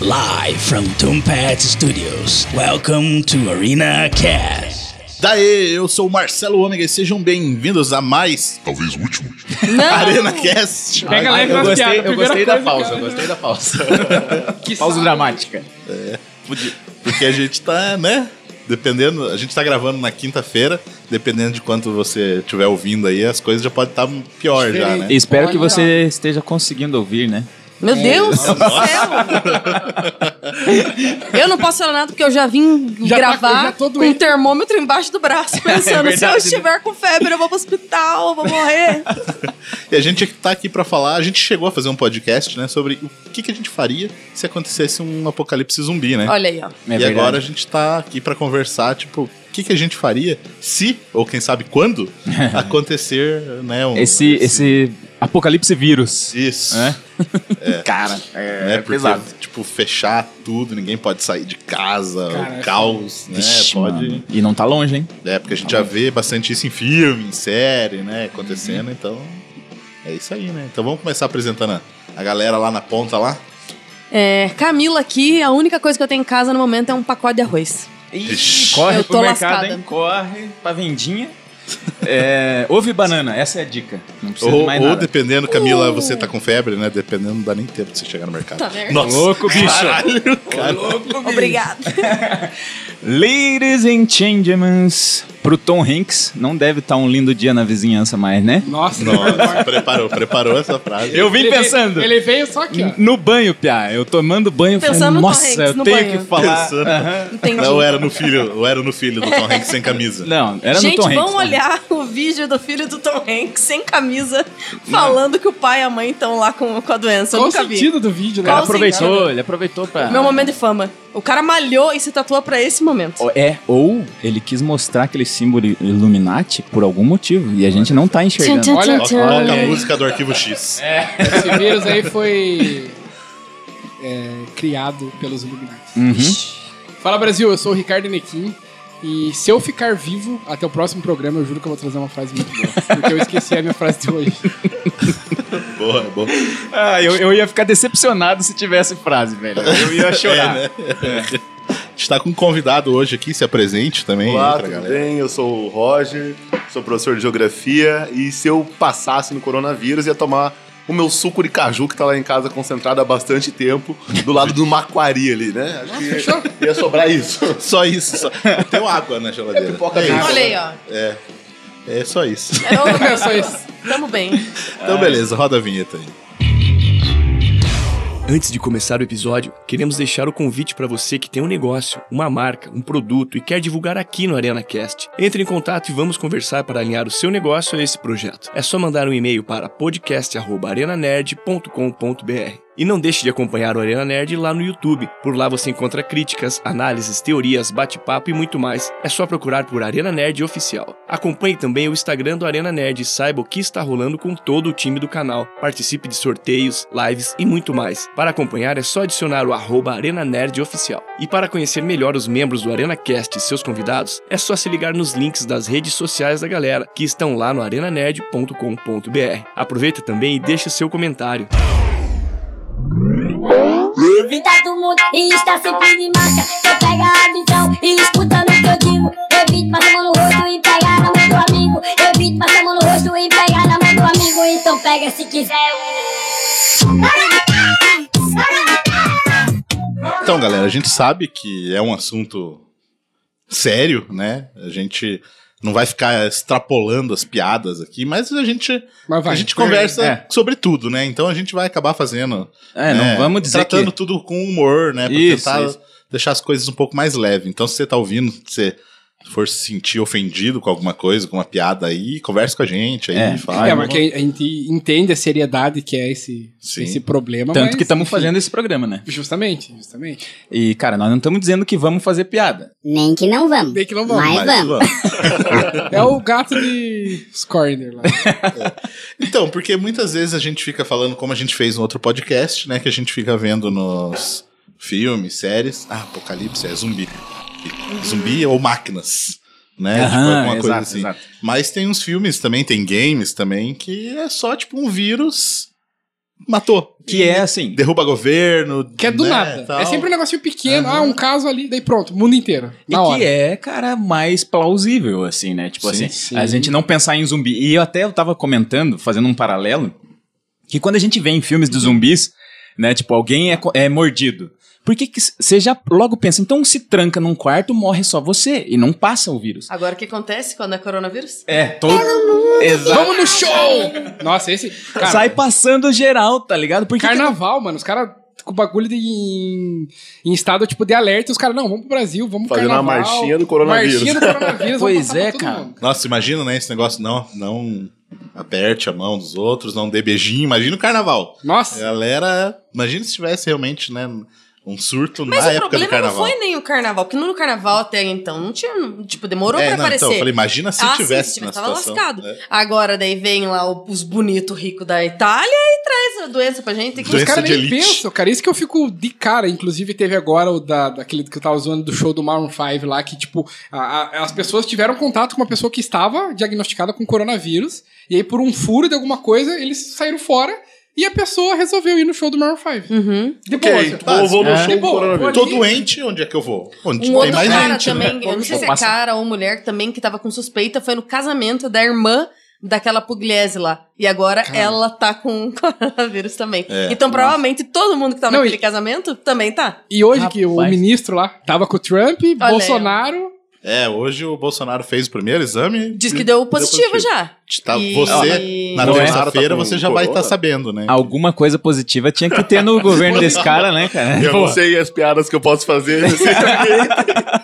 Live from Tombat Studios. Welcome to Arena Cast. Daê, eu sou o Marcelo Ômega e sejam bem-vindos a mais Talvez o último. Arena Cast. Pega leve eu nas gostei, piadas, eu primeira gostei da coisa, pausa, cara. eu gostei da pausa. Que pausa saco. dramática. Podia- Porque a gente tá, né? Dependendo, a gente tá gravando na quinta-feira, dependendo de quanto você estiver ouvindo aí, as coisas já podem estar pior já, né? Espero que você esteja conseguindo ouvir, né? Meu Deus do céu! Eu não posso falar nada porque eu já Já vim tá- eu já gravar tô com um doente. termômetro embaixo do braço, pensando: se eu verdade, estiver com febre, eu vou pro hospital, eu vou morrer. E a gente tá aqui pra falar, a gente chegou a fazer um podcast, né, sobre o que, que a gente faria se acontecesse um apocalipse zumbi, né? Olha aí, ó. É e verdade. agora a gente tá aqui pra conversar, tipo, o que, que a gente faria se, ou quem sabe quando, acontecer, né, um, Esse, esse apocalipse vírus. Isso. né? Cara, né? é, Porque, pesado. tipo, fechar tudo, ninguém pode sair de casa, Cara, o caos, né? Vixe, pode. mano. Tá E não tá longe, hein? É, porque a gente já vê bastante isso em filme, em série, Uhum. né? Acontecendo, então. É isso aí, né? Então vamos começar apresentando a, a galera lá na ponta lá. É, Camila aqui, a única coisa que eu tenho em casa no momento é um pacote de arroz. Ixi. Corre Eu pro tô mercado, lascada. hein? Corre pra vendinha. É, ouve banana, essa é a dica. Não precisa de Ou, mais ou nada. Uh! dependendo, Camila, você tá com febre, né? Dependendo, não dá nem tempo de você chegar no mercado. Tá merda. Nossa, Louco, bicho. Caralho, cara. Obrigada. Ladies and gentlemen, pro Tom Hanks, não deve estar um lindo dia na vizinhança mais, né? Nossa, Nossa, preparou, preparou essa frase. Eu vim Ele veio- pensando. Ele veio só aqui, ó. No banho, Pia. Eu tomando banho, Pensando falei, no Tom nossa, Hanks eu no tenho banho." que falar. Pensando. Aham. Entendi. Não era no filho, eu era no filho do Tom Hanks sem camisa. Não, era Gente, no Tom Hanks. vão né? olhar o vídeo do filho do Tom Hanks sem camisa, falando que o pai e a mãe estão lá com, com a doença. Eu Qual o nunca vi. sentido do vídeo, né? Ele Qual sentido? aproveitou, ele aproveitou pra... Meu momento de fama. O cara malhou e se tatuou pra esse momento. Ou- É, ou ele quis mostrar aquele símbolo Illuminati por algum motivo e a gente não tá enxergando. Olha, Toca toca a música do arquivo X. esse vírus aí foi é, criado pelos Illuminati. Uhum. Fala Brasil, eu sou o Ricardo Nequim. E se eu ficar vivo até o próximo programa, eu juro que eu vou trazer uma frase muito boa. Porque eu esqueci a minha frase de hoje. Boa, boa. Ah, eu, eu ia ficar decepcionado se tivesse frase, velho. Eu ia chorar. A gente tá com um convidado hoje aqui, se apresente também. Olá, aí pra tudo galera. bem? Eu sou o Roger, sou professor de geografia e se eu passasse no coronavírus ia tomar o meu suco de caju que tá lá em casa concentrado há bastante tempo do lado do maquari ali, né? Acho que ia sobrar isso. Só isso, só. Tem água na geladeira. É, pipoca isso. mesmo. Olha aí, ó. É só isso. É o- É só isso. Tamo bem. É. Então, beleza, roda a vinheta aí. Antes de começar o episódio, queremos deixar o convite para você que tem um negócio, uma marca, um produto e quer divulgar aqui no ArenaCast. Entre em contato e vamos conversar para alinhar o seu negócio a esse projeto. É só mandar um e-mail para podcast@arenanerd.com.br. E não deixe de acompanhar o Arena Nerd lá no YouTube. Por lá você encontra críticas, análises, teorias, bate-papo e muito mais. É só procurar por Arena Nerd Oficial. Acompanhe também o Instagram do Arena Nerd e saiba o que está rolando com todo o time do canal. Participe de sorteios, lives e muito mais. Para acompanhar é só adicionar o arroba Arena Nerd Oficial. E para conhecer melhor os membros do ArenaCast e seus convidados, é só se ligar nos links das redes sociais da galera, que estão lá no arenanerd.com.br. Aproveita também e deixe seu comentário. Vida do mundo e está sempre de marcha. Você pega a visão e escuta no que eu digo. Evite passar a mão no rosto e pega na mão do amigo. Evite passar a mão no rosto e pega na mão do amigo. Então pega se quiser. Então, galera, a gente sabe que é um assunto sério, né? A gente não vai ficar extrapolando as piadas aqui, mas a gente, Mas vai. a gente conversa É. sobre tudo, né? Então a gente vai acabar fazendo. É, não né, vamos dizer Tratando que... tudo com humor, né? Pra Isso, tentar isso. deixar as coisas um pouco mais leves. Então, se você tá ouvindo, se você for se sentir ofendido com alguma coisa, com uma piada aí, conversa com a gente aí, É. fala. é, porque a gente entende a seriedade que é esse, Sim. esse problema. Tanto mas, que estamos enfim. fazendo esse programa, né? Justamente, justamente. E, cara, nós não estamos dizendo que vamos fazer piada. Nem que não vamos. Bem que não vamos. Mas- Mas vamos. É o gato de Scorner lá. Então, porque muitas vezes a gente fica falando, como a gente fez no outro podcast, né? Que a gente fica vendo nos filmes, séries. Ah, apocalipse é zumbi. Zumbi ou máquinas. Né? tipo, Aham, alguma coisa exato, assim. exato. Mas tem uns filmes também, tem games também, que é só tipo um vírus matou. Que é assim. Derruba governo. Que é do né, nada. tal. É sempre um negocinho pequeno, ah, um caso ali, daí pronto, mundo inteiro. E Na hora. que é, cara, mais plausível, assim, né? Tipo Sim, assim, sim. a gente não pensar em zumbi. E eu até eu tava comentando, fazendo um paralelo, que quando a gente vê em filmes de zumbis, né? Tipo, alguém é, co- é mordido. Por que que você já logo pensa, então se tranca num quarto, morre só você e não passa o vírus? Agora o que acontece quando é coronavírus? É, todo. Exato. Vamos no show! Nossa, esse. Cara, Sai passando geral, tá ligado? Porque carnaval, mano. Os caras com bagulho de, em, em estado tipo de alerta. Os caras, não, vamos pro Brasil, vamos pro Fazendo a carnaval. marchinha do coronavírus. Marchinha do coronavírus. vamos Pois passar pra é, todo cara. mundo. Nossa, imagina, né? Esse negócio não, não aperte a mão dos outros, não dê beijinho. Imagina o carnaval. A Nossa. galera, imagina se tivesse realmente, né? Um surto Mas na o época do problema não carnaval. foi nem o carnaval, porque no carnaval até então não tinha, não- tipo, demorou É, pra não, aparecer. então, eu falei, imagina se Ah, sim, tivesse se na tivesse, tava situação. lascado. né? Agora daí vem lá o- os bonitos ricos da Itália e traz a doença pra gente. Que Os Doença caras de nem elite. pensam, cara. Isso que eu fico de cara. Inclusive, teve agora o da, daquele que eu tava zoando do show do Maroon 5 lá, que, tipo, a- a- as pessoas tiveram contato com uma pessoa que estava diagnosticada com coronavírus. E aí, por um furo de alguma coisa, eles saíram fora e a pessoa resolveu ir no show do Maroon 5. Uhum. De boa. Ok, assim. vou- vou no É. show De do boa, coronavírus. tipo, Tô ali. doente, onde é que eu vou? Onde Tipo, Um tem outro mais cara gente, né? também, eu não sei se é cara ou mulher também, que tava com suspeita, foi no casamento da irmã daquela Pugliese lá. E agora ela tá com coronavírus também. É, então, provavelmente, todo mundo que tá Não, naquele e- casamento também tá. E hoje que o Rapaz. ministro lá tava com o Trump, aí, ó. Bolsonaro. É, hoje o Bolsonaro fez o primeiro exame. Diz que deu positivo, já. Tá, E- Você, na Não é? terça-feira, Tá com você já vai estar corona? sabendo, né? alguma coisa positiva tinha que ter no governo desse cara, né, cara? Eu não sei as piadas que eu posso fazer. eu sei também.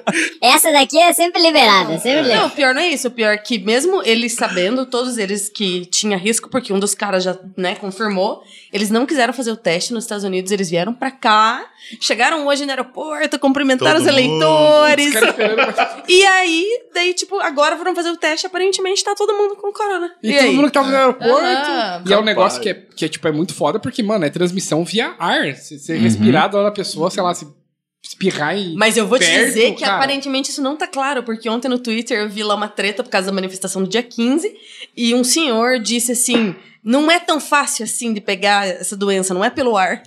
Essa daqui é sempre liberada, é sempre liberada. Não, o pior não é isso. O pior é que, mesmo eles sabendo, todos eles que tinha risco, porque um dos caras já, né, confirmou, eles não quiseram fazer o teste nos Estados Unidos, eles vieram pra cá, chegaram hoje no aeroporto, cumprimentaram Todo os eleitores. Cara, esperando- E aí, daí, tipo, agora foram fazer o teste, aparentemente tá todo mundo com corona. E, todo mundo que tava no aeroporto. Aham. E é um negócio que é, que é, tipo, é muito foda, porque, mano, é transmissão via ar. Se você respirar da hora da pessoa, sei lá, se espirrar e. Mas eu vou te Perto, dizer que cara. aparentemente isso não tá claro, porque ontem no Twitter eu vi lá uma treta por causa da manifestação do dia 15 e um senhor disse assim: não é tão fácil assim de pegar essa doença, não é pelo ar.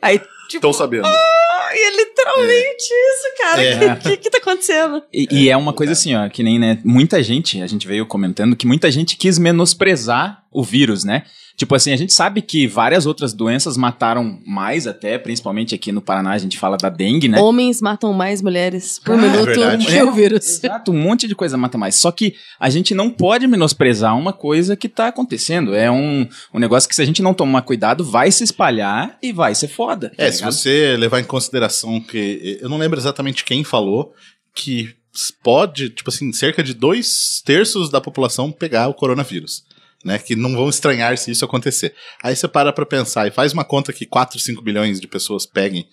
Aí, tipo, Estão sabendo. ai, é literalmente isso, cara. É. O que, que, que tá acontecendo? E, e é uma coisa assim, ó, que nem, né, muita gente, a gente veio comentando que muita gente quis menosprezar o vírus, né? Tipo assim, a gente sabe que várias outras doenças mataram mais até, principalmente aqui no Paraná, a gente fala da dengue, né? Homens matam mais mulheres por minuto é verdade. que o é vírus. Exato, um monte de coisa mata mais. Só que a gente não pode menosprezar uma coisa que tá acontecendo. É um, um negócio que se a gente não tomar cuidado, vai se espalhar e vai ser foda. tá É, se ligado? você levar em consideração que. Eu não lembro exatamente quem falou que pode, tipo assim, cerca de dois terços da população pegar o coronavírus. Né, que não vão estranhar se isso acontecer. Aí você para pra pensar e faz uma conta que 4, 5 bilhões de pessoas peguem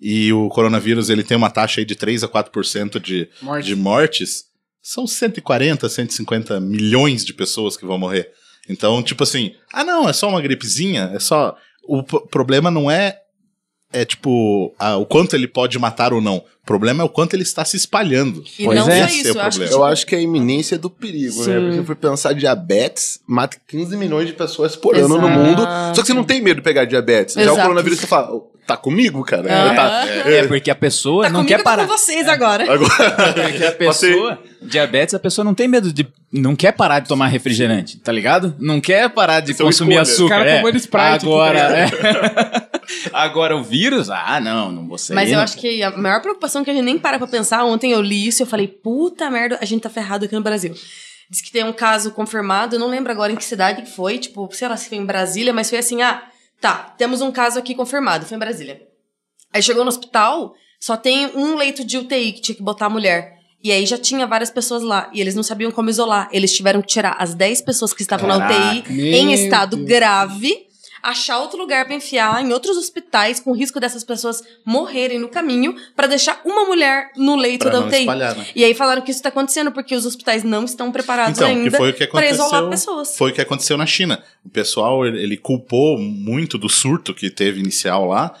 e o coronavírus ele tem uma taxa aí de 3 a 4% de, Morte. de mortes. São 140, 150 milhões de pessoas que vão morrer. Então, tipo assim, ah não, é só uma gripezinha, é só. O p- problema não é é tipo, a- o quanto ele pode matar ou não. O problema é o quanto ele está se espalhando. E Pois não é. só Esse é o isso, eu acho que tipo, problema. Eu acho que é a iminência do perigo, né? Sim. Porque se for pensar diabetes, mata 15 milhões de pessoas por ano no Exato. mundo. Só que você não tem medo de pegar diabetes. Já o Exato. coronavírus você fala, tá comigo, cara. Aham. Tá- É porque a pessoa tá não comigo, quer eu tô parar. com vocês agora. Agora. Porque a pessoa, diabetes, a pessoa não tem medo de. Não quer parar de tomar refrigerante, tá ligado? Não quer parar de São consumir escolhas. açúcar. O cara é. tomando Sprite Agora. aqui, é. Agora o vírus? Ah, não, não vou sair. Mas eu não. acho que a maior preocupação que a gente nem para pra pensar, ontem eu li isso e eu falei, puta merda, a gente tá ferrado aqui no Brasil. Diz que tem um caso confirmado, eu não lembro agora em que cidade que foi, tipo, sei lá se foi em Brasília, mas foi assim, ah, tá, temos um caso aqui confirmado, foi em Brasília. Aí chegou no hospital, só tem um leito de UTI que tinha que botar a mulher. E aí já tinha várias pessoas lá, e eles não sabiam como isolar. Eles tiveram que tirar as 10 pessoas que estavam na UTI Meu em estado Deus. grave, achar outro lugar pra enfiar em outros hospitais com risco dessas pessoas morrerem no caminho pra deixar uma mulher no leito Pra da não UTI. espalhar, né? E aí falaram que isso tá acontecendo porque os hospitais não estão preparados Então, que ainda foi o que pra isolar aconteceu. pessoas. Foi o que aconteceu na China. O pessoal, ele ele culpou muito do surto que teve inicial lá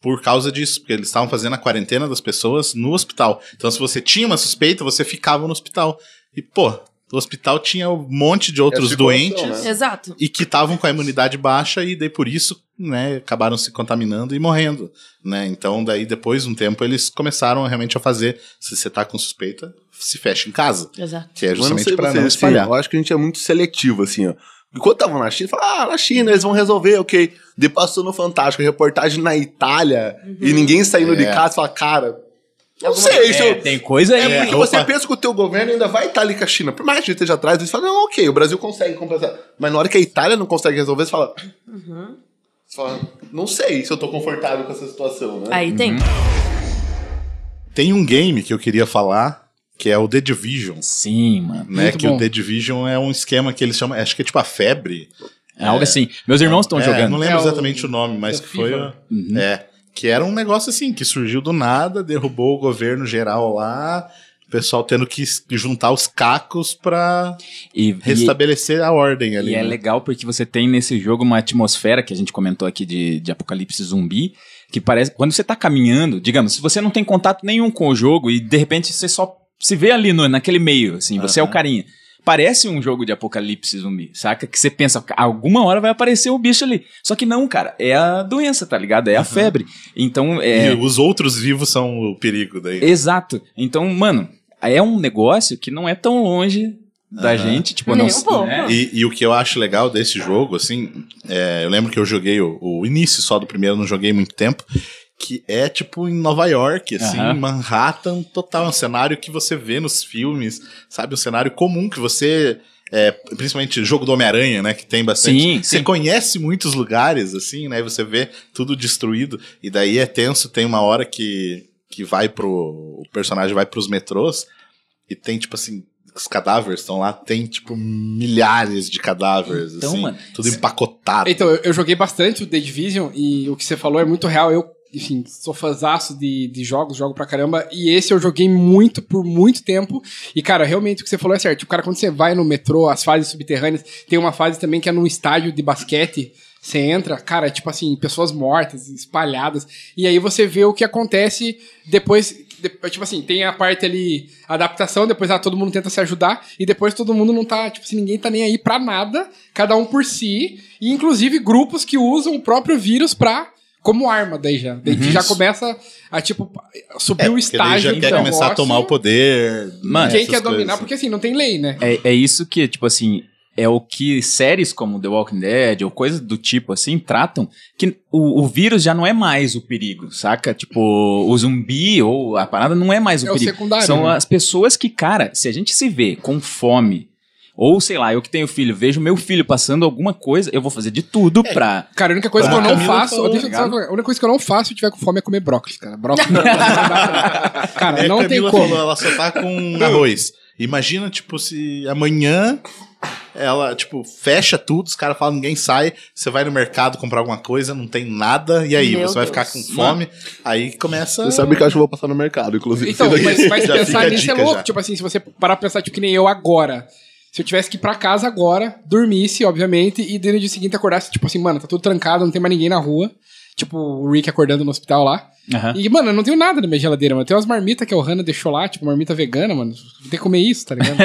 por causa disso, porque eles estavam fazendo a quarentena das pessoas no hospital. Então, se você tinha uma suspeita, você ficava no hospital. E, pô, O hospital tinha um monte de outros É a circulação, doentes né? Exato. e que estavam com a imunidade baixa e daí por isso, né, acabaram se contaminando e morrendo, né? Então daí depois de um tempo eles começaram realmente a fazer, se você tá com suspeita, se fecha em casa, Exato. que é Mas eu não justamente sei para vocês, não assim, espalhar. eu acho que a gente é muito seletivo, assim, ó. Enquanto tava na China, falava, ah, na China, eles vão resolver, ok. De passou no Fantástico, reportagem na Itália, e ninguém saindo de É. casa, fala, cara, não Alguma- sei, se É, eu- tem coisa aí. É porque Opa. você pensa que o teu governo ainda vai estar ali com a China. Por mais que a gente esteja atrás, eles falam, não, ok, o Brasil consegue compensar. Mas na hora que a Itália não consegue resolver, você fala... Você fala, não sei se eu tô confortável com essa situação, né? Aí tem. Tem um game que eu queria falar, que é o The Division, Sim, mano. né, Muito que bom. o The Division é um esquema que eles chamam, acho que é tipo a febre. É algo assim. Meus irmãos estão É, jogando. Não lembro É o- exatamente o nome, mas é o que foi FIFA. o- Uhum. é, que era um negócio assim, que surgiu do nada, derrubou o governo geral lá, o pessoal tendo que s- juntar os cacos pra E, e, restabelecer a ordem ali. e é né? legal porque você tem nesse jogo uma atmosfera que a gente comentou aqui de, de apocalipse zumbi. Que parece. Quando você tá caminhando, digamos, se você não tem contato nenhum com o jogo e de repente você só se vê ali no, naquele meio, assim, você é o carinha. Parece um jogo de apocalipse zumbi, saca? Que você pensa, alguma hora vai aparecer o bicho ali. Só que não, cara, é a doença, tá ligado? É a febre. Então, é. E os outros vivos são o perigo daí. Exato. Então, mano, é um negócio que não é tão longe da gente, tipo, Nem não um pouco. né? E, e o que eu acho legal desse jogo, assim, é, eu lembro que eu joguei o, o início só do primeiro, não joguei muito tempo, que é tipo em Nova York, assim, Aham. Manhattan total, é um cenário que você vê nos filmes, sabe? Um cenário comum que você. é, principalmente jogo do Homem-Aranha, né? Que tem bastante. Sim, você sim. conhece muitos lugares, assim, né? E você vê tudo destruído. E daí é tenso, tem uma hora que, que vai pro. O personagem vai pros metrôs e tem, tipo assim, os cadáveres estão lá, tem, tipo, milhares de cadáveres, Então, assim, mano, tudo empacotado. Então, eu, eu joguei bastante o The Division e o que você falou é muito real. Eu, enfim, sou fãzaço de, de jogos, jogo pra caramba. E esse eu joguei muito por muito tempo. E, cara, realmente o que você falou é certo. O cara, quando você vai no metrô, as fases subterrâneas, tem uma fase também que é num estádio de basquete. Você entra, cara, é tipo assim, pessoas mortas, espalhadas. E aí você vê o que acontece depois. de- Tipo assim, tem a parte ali, adaptação, depois ah, todo mundo tenta se ajudar, e depois todo mundo não tá, tipo assim, ninguém tá nem aí pra nada, cada um por si, e inclusive grupos que usam o próprio vírus pra. como arma, daí já. Daí já começa a, tipo, subir o Uhum. É, Porque daí estágio. já do quer começar a negócio, tomar o poder. né, Mano, Quem essas quer dominar, coisas. porque assim, não tem lei, né? É, é isso que, tipo assim, é o que séries como The Walking Dead ou coisas do tipo assim tratam, que o, o vírus já não é mais o perigo, saca? Tipo, o zumbi ou a parada não é mais o É o perigo. secundário, São né? as pessoas que, cara, se a gente se vê com fome, ou sei lá, eu que tenho filho, vejo meu filho passando alguma coisa, eu vou fazer de tudo É, pra. Cara, a única coisa Ah, que eu não Camila faço. falou, deixa eu tá só- a única coisa que eu não faço se eu tiver com fome é comer brócolis, cara. Brócolis. não dá, cara, É, não tem Camila como. falou, ela só tá com arroz. Imagina, tipo, se amanhã ela, tipo, fecha tudo, os caras falam, ninguém sai, você vai no mercado comprar alguma coisa, não tem nada, e aí, Meu você vai Deus. ficar com fome, aí começa... Você sabe que eu acho que eu vou passar no mercado, inclusive. Então, mas, mas Já fica a pensar nisso é dica louco. já. Tipo assim, se você parar pra pensar, tipo, que nem eu agora. Se eu tivesse que ir pra casa agora, dormisse, obviamente, e daí no dia seguinte acordasse, tipo assim, mano, tá tudo trancado, não tem mais ninguém na rua. Tipo, o Rick acordando no hospital lá. Aham. E, mano, eu não tenho nada na minha geladeira, mano. Tem umas marmitas que a Ohana deixou lá, tipo, marmita vegana, mano. Tem que comer isso, tá ligado?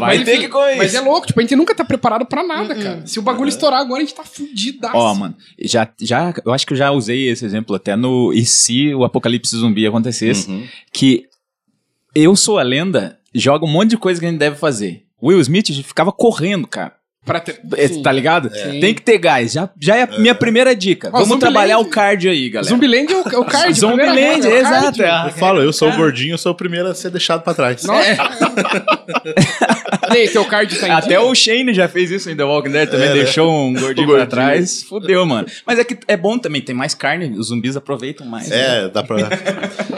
Vai ter que comer Mas isso. é louco, tipo, a gente nunca tá preparado pra nada, cara. Se o bagulho estourar agora, a gente tá fudidaço. Ó, mano, já, já, eu acho que eu já usei esse exemplo até no E se o apocalipse zumbi acontecesse? Que eu sou a lenda, joga um monte de coisa que a gente deve fazer. Will Smith ficava correndo, cara. Pra ter- É, Sim. Tá ligado? Sim. Tem que ter gás. Já, já é a minha primeira dica. Vamos Zumbiland- trabalhar o cardio aí, galera. Zumbiland é o, é o card. Zumbiland, primeira coisa, é o card. exato. Eu falo, eu sou o gordinho, eu sou o primeiro a ser deixado pra trás. é. Nossa. Ney, teu card tá em Até dia? o Shane já fez isso em The Walking Dead, também deixou um gordinho, pra trás. Fudeu, mano. Mas é que é bom também, tem mais carne, os zumbis aproveitam mais. né? É, dá pra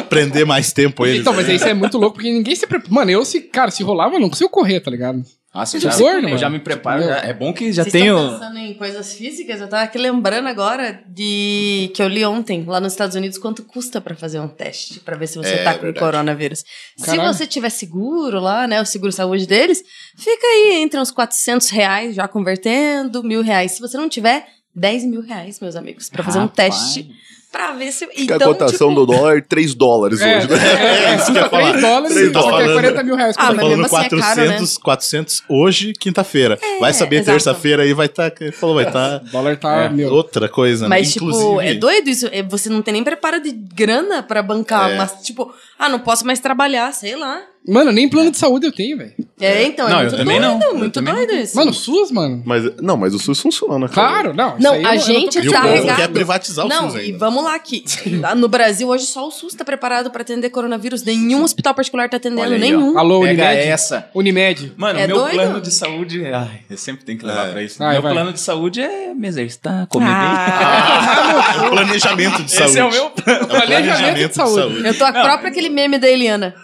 prender mais tempo eles. Então, mas né? isso é muito louco, porque ninguém se prepara. Mano, eu se, cara, se rolar, mano, não consigo correr, tá ligado? Nossa, eu Eu Ah, já, sou gordo, eu mano. já me preparo. Entendeu? já- é bom que já Vocês tenho. estão pensando em coisas físicas? Eu tava aqui lembrando agora de que eu li ontem, lá nos Estados Unidos, quanto custa pra fazer um teste pra ver se você É, tá com verdade. coronavírus. Caralho. Se você tiver seguro lá, né, o seguro saúde deles, fica aí entre uns 400 reais, já convertendo, mil reais. Se você não tiver, 10 mil reais, meus amigos, pra fazer um Rapaz. teste pra ver se. Que a cotação tipo, do dólar é 3 dólares É, hoje, né? é, é, custa 3 dólares Três e só quer dólares. 40 mil reais por Ah, ah, Tá mas falando mesmo assim é caro, É, 400, 400 hoje, quinta-feira. vai saber exato. terça-feira aí vai estar, falou, vai estar O dólar tá, meu. outra coisa, né? Mas, tipo, Inclusive- é doido isso. É, Você não tem nem preparo de grana pra bancar. É. Mas, tipo, ah, não posso mais trabalhar, sei lá. Mano, nem plano de saúde eu tenho, velho. É, então, Não, eu é muito também doido, não. Eu muito também não. doido isso. Mano, SUS, mano. Mas, não, mas o SUS funciona, cara. Claro, não. Não, isso aí a eu- eu tô gente E o tá povo regado. quer privatizar o não, SUS e ainda. vamos lá que lá no Brasil hoje só o SUS tá preparado pra atender coronavírus. Nenhum hospital particular tá atendendo, Olha aí, nenhum. Alô, Pega Unimed. essa. Unimed. Mano, É meu doido? plano de saúde. é- Ai, eu sempre tenho que levar É. pra isso. Vai, meu vai. Ah. plano de saúde é me exercitar, comer Ah, Ah, É o planejamento de saúde. bem. Esse é o meu plano. É o planejamento, Planejamento de de saúde. saúde. Eu tô a própria aquele meme da Eliana.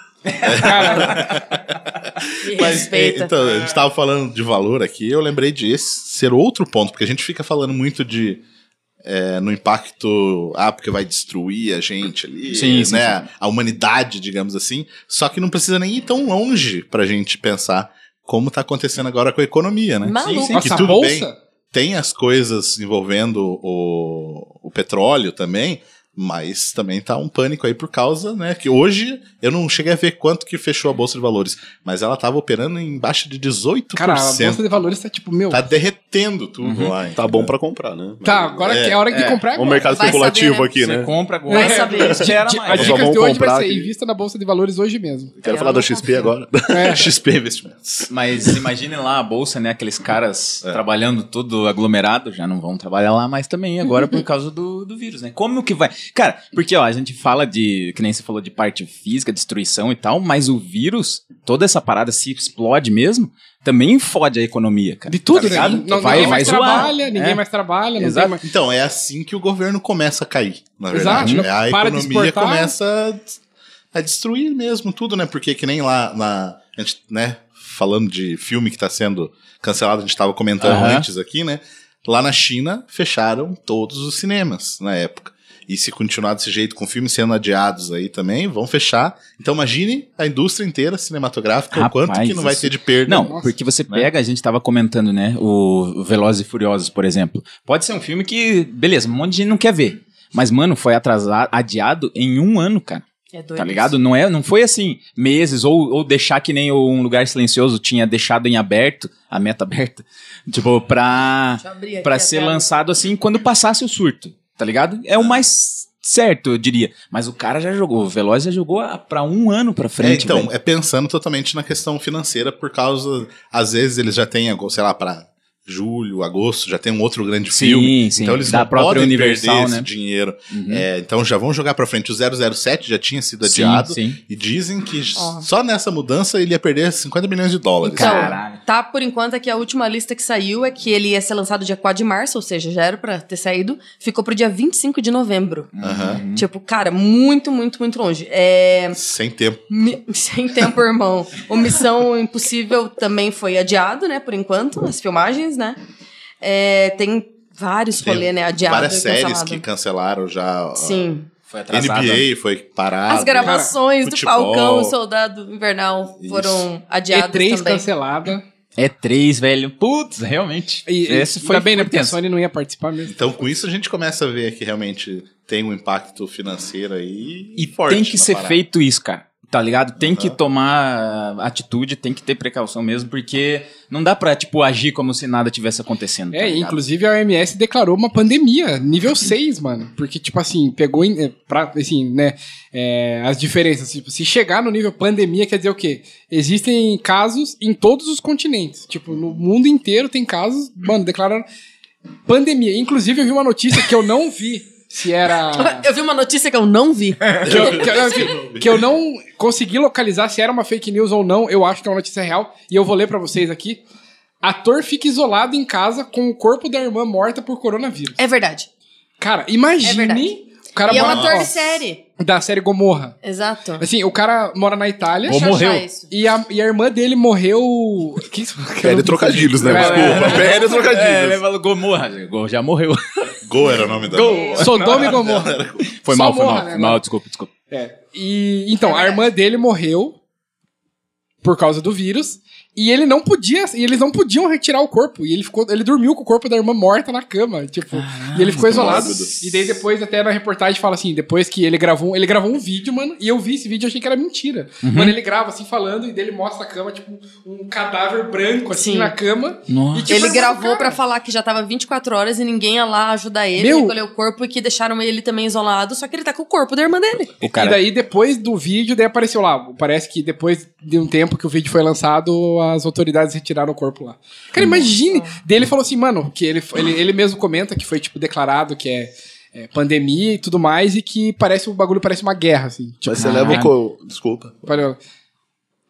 Me Mas, respeita. é, então, a gente tava falando de valor aqui, eu lembrei de esse ser outro ponto, porque a gente fica falando muito de é, no impacto, ah, porque vai destruir a gente ali, Sim, sim, né? A humanidade, digamos assim. Só que não precisa nem ir tão longe pra gente pensar como tá acontecendo agora com a economia, né? Maluco. sim. Que Nossa, a tudo bolsa? Tem as coisas envolvendo o, o petróleo também, mas também tá um pânico aí por causa, né? Que hoje eu não cheguei a ver quanto que fechou a Bolsa de Valores, mas ela tava operando em baixa de 18%. Cara, a bolsa de Uhum. valores tá tipo, meu. Tá Tá, derretendo tudo lá. Tá bom pra comprar, né? agora É, que é a hora de é. comprar O agora. mercado Vai especulativo saber, né? aqui, Você né? compra agora. Vai saber. Gera A mais. Nós só dicas vamos de hoje vai comprar ser aqui. invista na bolsa de valores hoje mesmo. Quero É, falar eu da não XP agora. É. XP Investimentos. Mas imaginem lá a bolsa, né? Aqueles caras É. trabalhando todo aglomerado, já não vão trabalhar lá mais também agora por causa do, do vírus, né? Como que vai? Cara, porque ó, a gente fala de, que nem você falou de parte física, destruição e tal, mas o vírus, toda essa parada se explode mesmo, também fode a economia, cara. De tudo, né? Tá ligado? Não, Vai- ninguém vai mais zoar. trabalha, ninguém É. mais trabalha, não Exato. tem mais. Então, é assim que o governo começa a cair, na Exato, verdade. não né? A para de economia exportar. começa a, a destruir mesmo tudo, né? Porque que nem lá na. a gente, né? Falando de filme que tá sendo cancelado, a gente tava comentando Aham. antes aqui, né? Lá na China, fecharam todos os cinemas na época. E se continuar desse jeito, com filmes sendo adiados aí também, vão fechar. Então imagine a indústria inteira cinematográfica, o Rapaz, quanto que não vai isso- ter de perda. Não, Nossa. É. porque você pega, a gente tava comentando, né? O Velozes e Furiosos, por exemplo. Pode ser um filme que, beleza, um monte de gente não quer ver. Mas, mano, foi atrasado, adiado em um ano, cara. É doido. Tá ligado? Não, é, não foi assim, meses, ou, ou deixar que nem o um lugar silencioso tinha deixado em aberto, a meta aberta, tipo, pra, Deixa eu abrir aqui tá pra a ser tela. lançado assim quando passasse o surto, tá ligado? É o mais certo, eu diria. Mas o cara já jogou, o Veloz já jogou a- pra um ano pra frente. É, então, velho. é pensando totalmente na questão financeira, por causa. Às vezes eles já têm, agora, sei lá, para julho, agosto, já tem um outro grande Sim, filme. sim, Então eles da não própria podem Universal, perder esse né? dinheiro. Uhum. É, então já vão jogar pra frente. O 007 já tinha sido Sim, adiado. sim. E dizem que Ó. só nessa mudança ele ia perder 50 milhões de dólares. Então, Caralho. tá por enquanto aqui a última lista que saiu é que ele ia ser lançado dia 4 de março, ou seja, já era pra ter saído. Ficou pro dia 25 de novembro. Aham. Uhum. Tipo, cara, muito, muito, muito longe. É. Sem tempo. mi- Sem tempo, irmão. O Missão Impossível também foi adiado, né, por enquanto, as filmagens, né? É, tem vários Tem rolê, né? Adiado. Várias e séries cancelado. que cancelaram já. ó, Sim. Foi atrasado. NBA foi parado. As gravações do Ah, futebol. Falcão, Soldado Invernal Isso. foram adiadas E3 também. cancelada. É três, velho. Putz, realmente. E, Esse Esse foi ainda bem, né? foi Porque a tenso. Sony não ia participar mesmo. Então, com isso, a gente começa a ver que realmente tem um impacto financeiro aí. E forte tem que na ser parada. feito isso, cara. Tá ligado? Tem que Aham. tomar ah, atitude, tem que ter precaução mesmo, porque não dá pra, tipo, agir como se nada tivesse acontecendo. tá É, ligado? inclusive a OMS declarou uma pandemia, nível 6, mano. Porque, tipo assim, pegou em- é, pra, assim, né, é, as diferenças. Tipo, se chegar no nível pandemia, quer dizer o quê? Existem casos em todos os continentes. Tipo, no mundo inteiro tem casos, mano, declararam pandemia. Inclusive, eu vi uma notícia que eu não vi se era. Eu vi uma notícia que eu não vi. que, eu, que eu- que- que eu não consegui localizar se era uma fake news ou não. Eu acho que é uma notícia real. E eu vou ler pra vocês aqui. Ator fica isolado em casa com o corpo da irmã morta por coronavírus. É verdade. Cara, É verdade. imagine. o cara e é um mora- ator ó, de série. Da série Gomorra. Exato. Assim, o cara mora na Itália. Deixa eu morreu. achar isso. E a, e a irmã dele morreu. Que isso? Perde trocadilhos, né? É, Desculpa, perde É, ele trocadilhos. falou Gomorra. Go- Já morreu. Gol era o nome da. Sodoma e Gomorra. Foi Só mal, foi morra, mal. né, foi mano? mal, desculpa, desculpa. É. E então, É a irmã dele morreu por causa do vírus. E ele não podia, e eles não podiam retirar o corpo. E ele ficou, ele dormiu com o corpo da irmã morta na cama, tipo, e ele ficou isolado. E daí depois até na reportagem fala assim, depois que ele gravou, ele gravou um vídeo, mano, e eu vi esse vídeo e achei que era mentira. Mano, ele grava assim falando e dele mostra a cama, tipo, um cadáver branco assim Sim. na cama. Nossa. E, tipo, Ele irmão do gravou cara. pra falar que já tava 24 horas e ninguém ia lá ajudar ele, Meu. recolher o corpo e que deixaram ele também isolado, só que ele tá com o corpo da irmã dele. O cara E daí, depois do vídeo, daí apareceu lá. Parece que depois de um tempo que o vídeo foi lançado, as autoridades retiraram o corpo lá. Cara, Hum. imagine! Daí ele falou assim, mano, que ele, ele, ele mesmo comenta que foi, tipo, declarado que é, é pandemia e tudo mais, e que parece o bagulho parece uma guerra, assim. Tipo, Mas você leva o. co- Desculpa. valeu.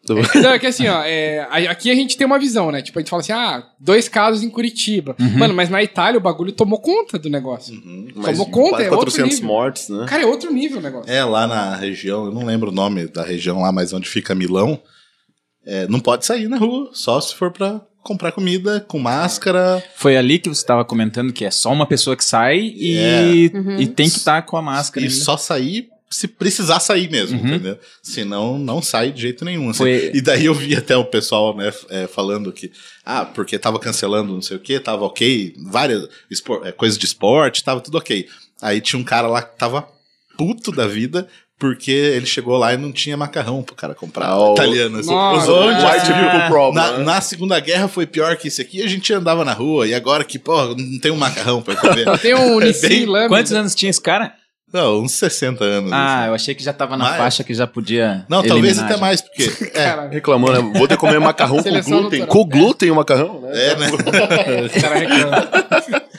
Tá bom. Não, é que assim, ó, é, a- aqui a gente tem uma visão, né? Tipo, a gente fala assim, ah, dois casos em Curitiba. Uhum. Mano, mas na Itália o bagulho tomou conta do negócio. Mas tomou conta, quase é outro 400 nível. mortes, né? Cara, é outro nível o negócio. É, lá na região, eu não lembro o nome da região lá, mas onde fica Milão, é, não pode sair na rua, só se for pra comprar comida, com máscara. Foi ali que você estava comentando que é só uma pessoa que sai e, É. e Uhum. tem que estar com a máscara. E ainda. só sair se precisar sair mesmo, Uhum. entendeu? Senão, não sai de jeito nenhum. assim. Foi- E daí eu vi até o pessoal, né, f- é, falando que, ah, porque tava cancelando não sei o que, tava ok, várias espor- é, coisas de esporte, tava tudo ok. Aí tinha um cara lá que tava puto da vida, porque ele chegou lá e não tinha macarrão pro cara comprar. Ah, o- italiano, assim. Nossa, Os- onde- White People Problem. na, né? na Segunda Guerra foi pior que isso aqui, a gente andava na rua, e agora que, pô, não tem um macarrão pra eu comer. Tem um É Nissin bem- Lame- Quantos anos tinha esse cara? não, uns 60 anos. Ah, assim. eu achei que já tava na Mas- faixa que já podia. Não, talvez eliminar até já. mais, porque. É, Cara, Reclamando, né? Vou ter que comer macarrão com Seleção glúten. natural. Com glúten o macarrão, né? é, né? esse cara reclama.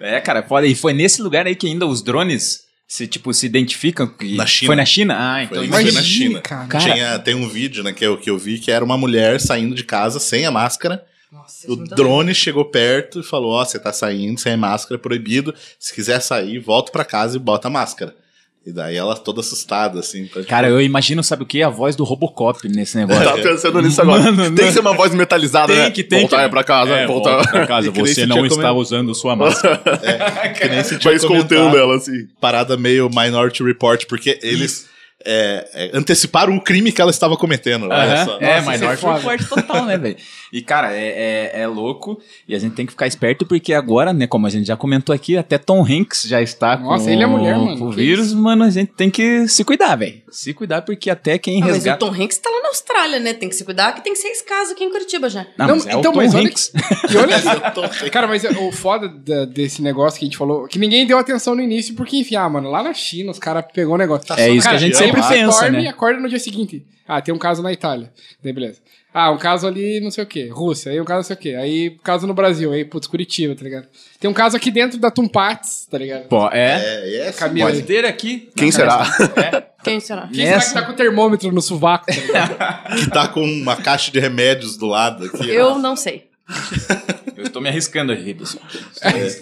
É, cara, foda. E foi nesse lugar aí que ainda os drones se, tipo, se identificam. Que Na China. Foi na China? Ah, então Foi, imagina. foi na imagina, China. cara. Tinha, tem um vídeo né, que, eu, que eu vi que era uma mulher saindo de casa sem a máscara. Nossa, O drone chegou perto e falou: Ó, você tá saindo sem máscara, é proibido. Se quiser sair, volta pra casa e bota a máscara. E daí ela toda assustada, assim. pra- Cara, eu imagino, sabe o que? A voz do Robocop nesse negócio. Tá, Tava Tá pensando nisso agora. tem que ser uma voz metalizada, Tem né? que- tem Voltar que- pra casa, É, voltar. volta pra casa, E que nem você você não tinha está comentado. usando sua máscara. que nem se Vai tinha escoltando comentado. ela, assim. Parada meio Minority Report, porque eles é, é, anteciparam o crime que ela estava cometendo. Olha Aham. só. É, Nossa, mas isso é Norte foda. é forte total, né, velho? E, cara, é, é, é louco e a gente tem que ficar esperto porque agora, né, como a gente já comentou aqui, até Tom Hanks já está Nossa, com, ele é mulher, mano. com o Que vírus, mano, a gente tem que se cuidar, velho. Se cuidar porque até quem Ah, mas o resgata... Tom Hanks tá lá na Austrália, né? Tem que se cuidar, que tem seis casos aqui em Curitiba já. Não, Não, mas é então, o Tom mas olha Hanks. E olha só, cara, mas é, o foda da- desse negócio que a gente falou, que ninguém deu atenção no início, porque, enfim, ah, mano, lá na China os caras pegou o negócio. É isso que a gente aí sempre você pensa, dorme né? e acorda no dia seguinte. Ah, tem um caso na Itália. Daí, beleza. Ah, um caso ali, não sei o quê, Rússia. Aí um caso não sei o quê. Aí, caso no Brasil. Aí, putz, Curitiba, tá ligado? Tem um caso aqui dentro da Tumpates, tá ligado? Pô, é... É, e essa- assim. Camila. Pode ter aqui. Quem Na será? cabeça. É. Quem será? Quem será que Nessa. tá com o termômetro no sovaco? tá ligado? que tá com uma caixa de remédios do lado aqui. né? Eu não sei. é, Eu estou me arriscando aqui, pessoal.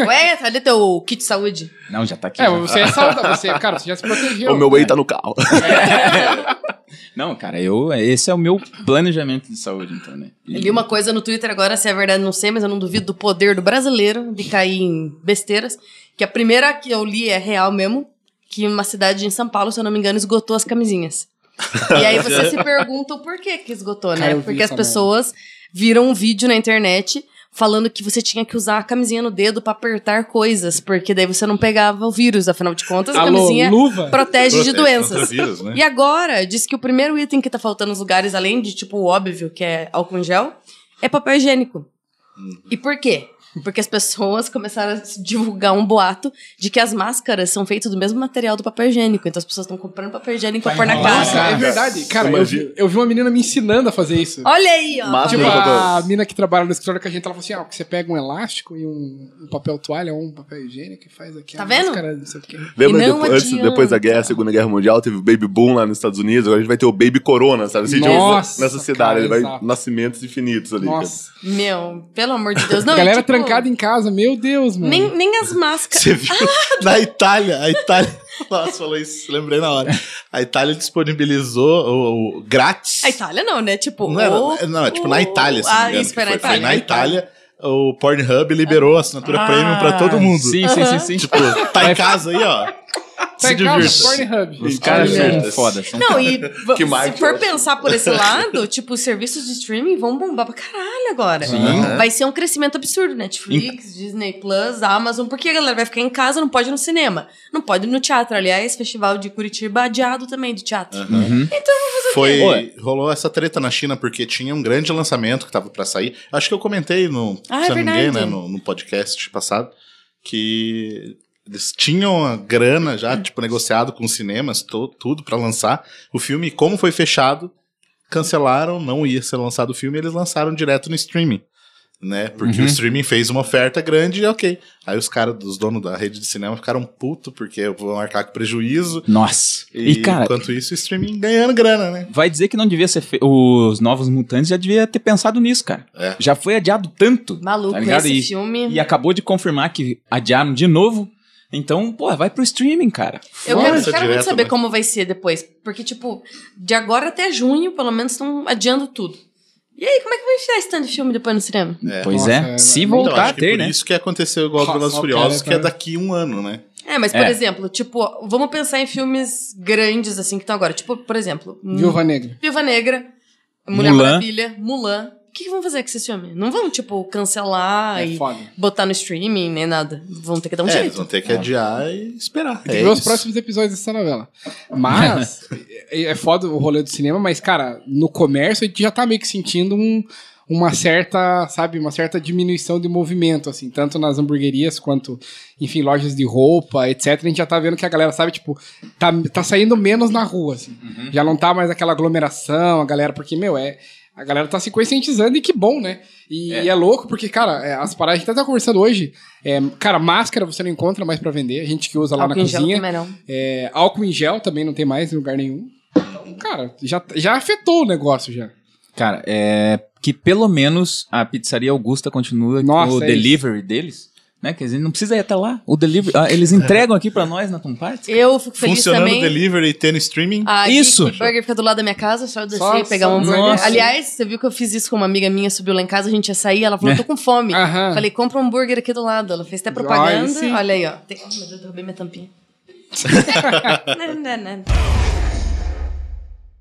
Ué, cadê teu kit de saúde? Não, já tá aqui. é, já. você é saudável. Você, cara, você já se protegeu. O meu whey tá no carro. Tipo, tá. Não, cara, eu, esse é o meu planejamento de saúde, então, né? E- Eu é li uma coisa no Twitter agora, se é verdade, não sei, mas eu não duvido do poder do brasileiro de cair em besteiras. Que a primeira que eu li é real mesmo, que uma cidade em São Paulo, se eu não me engano, esgotou as camisinhas. E aí você se pergunta o porquê que esgotou, Cara, né? eu vi Porque as essa pessoas viram um vídeo na internet falando que você tinha que usar a camisinha no dedo pra apertar coisas, porque daí você não pegava o vírus, afinal de contas, a Alô, camisinha luva? protege Protege de doenças. contra vírus, né? E agora, diz que o primeiro item que tá faltando nos lugares, além de, tipo, o óbvio, que é álcool em gel, é papel higiênico. Uhum. E por quê? Porque as pessoas começaram a se divulgar um boato de que as máscaras são feitas do mesmo material do papel higiênico. Então as pessoas estão comprando papel higiênico pra pôr na né? Nossa, casa. é verdade. Cara, eu vi, eu vi uma menina me ensinando a fazer isso. Olha aí, ó. Massa. Tipo, Sim. a mina que trabalha no escritório com a gente, ela falou assim: ah, que você pega um elástico e um, um papel toalha ou um papel higiênico e faz aqui Tá a vendo? máscara, não sei o quê. Lembra E não depois, antes- adianta. depois da guerra, Segunda Guerra Mundial, teve o Baby Boom lá nos Estados Unidos, agora a gente vai ter o Baby Corona, sabe? Assim, tipo, Nossa, nessa cidade, cara, ele vai exato. nascimentos infinitos ali. Nossa. Meu, pelo amor de Deus. Não, Galera e, tipo, trancada em casa, meu Deus, mano. né? Nem, nem as máscaras. Você viu? Na Itália, a Itália. Nossa, falou isso, lembrei na hora. A Itália disponibilizou o, o grátis. A Itália não, né? Tipo, Não, era- o- não, é tipo na Itália, se não me Ah, engano, isso que foi na Ah. foi, foi Itália. na Itália. O Pornhub liberou a assinatura premium pra todo mundo. Sim, sim, sim, sim. Tipo, tá em casa aí, ó. Tá em casa, Pornhub. né? Os caras Olha. são foda. São Não, e va- Que marketing se for ótimo. pensar por esse lado, tipo, os serviços de streaming vão bombar pra caralho agora. Vai ser um crescimento absurdo. Netflix, Disney Plus, Amazon, porque a galera vai ficar em casa, não pode ir no cinema. Não pode ir no teatro. Aliás, festival de Curitiba adiado também de teatro. Uhum. Uhum. Foi, Ué. rolou essa treta na China porque tinha um grande lançamento que tava pra sair. Acho que eu comentei no, Ah, é se eu não me engano, verdade. né, no, no podcast passado que eles tinham a grana já, Hum. tipo, negociado com os cinemas, to- tudo pra lançar o filme. E Como foi fechado, cancelaram, não ia ser lançado o filme, eles lançaram direto no streaming. Né? Porque Uhum. o streaming fez uma oferta grande e ok. Aí os caras dos donos da rede de cinema ficaram puto porque vão arcar com prejuízo. Nossa. E, E, cara, enquanto isso, o streaming ganhando grana, né? vai dizer que não devia ser feito. Os Novos Mutantes já devia ter pensado nisso, cara. É. Já foi adiado tanto. Maluco Tá ligado? esse E- filme. E acabou de confirmar que adiaram de novo. Então, pô, vai pro streaming, cara. Eu Fora quero, essa quero muito direta, saber né? como vai ser depois. Porque, tipo, de agora até junho, pelo menos, estão adiando tudo. E aí, como é que vai enfiar esse tanto de filme depois no cinema? É. Pois Nossa, é. é, Se então, Então, voltar acho a que ter, por né? isso que aconteceu igual ao Velozes Nossa, e Furiosos, cara, que é cara. daqui um ano, né? É, mas, por É. exemplo, tipo, vamos pensar em filmes grandes, assim, que estão agora. Tipo, por exemplo, Viúva Negra. Viúva Negra, Mulher Mulan. Maravilha, Mulan. O que, que vão fazer com esse filme? Não vão, tipo, cancelar É e foda. botar no streaming, nem nada. Vão ter que dar um é, eles jeito. vão ter tá. que adiar e esperar. Tem É que ver os isso. próximos episódios dessa novela. Mas, é é foda o rolê do cinema, mas, cara, no comércio a gente já tá meio que sentindo um- uma certa, sabe, uma certa diminuição de movimento, assim, tanto nas hamburguerias quanto, enfim, lojas de roupa, etc. A gente já tá vendo que a galera, sabe, tipo, tá, tá saindo menos na rua, assim. Já não tá mais aquela aglomeração, a galera, porque, meu, é. A galera tá se conscientizando e que bom, né? E é, louco porque, cara, é, as paradas que a gente tá conversando hoje. é, cara, máscara você não encontra mais pra vender. A gente que usa lá Álcool na em gel cozinha. também não. É, álcool em gel também não tem mais em lugar nenhum. Então, cara, já, já afetou o negócio já. Cara, é que pelo menos a pizzaria Augusta continua Nossa, com o é delivery deles, né? Que a gente não precisa ir até lá. O delivery, ah, eles entregam aqui pra nós na Tom Parts. Eu fico feliz Funcionando também. delivery e tendo streaming. Ah, A Isso. Geek Burger fica do lado da minha casa, só eu descer Só- e pegar um só- hambúrguer. Nossa. Aliás, você viu que eu fiz isso com uma amiga minha, subiu lá em casa, a gente ia sair, ela falou, tô com fome. Aham. Falei, compra um hambúrguer aqui do lado. Ela fez até Ah. Ai, propaganda. sim. Olha aí, ó. Tem... Oh, meu Deus, derrubei minha tampinha. Né, né, né.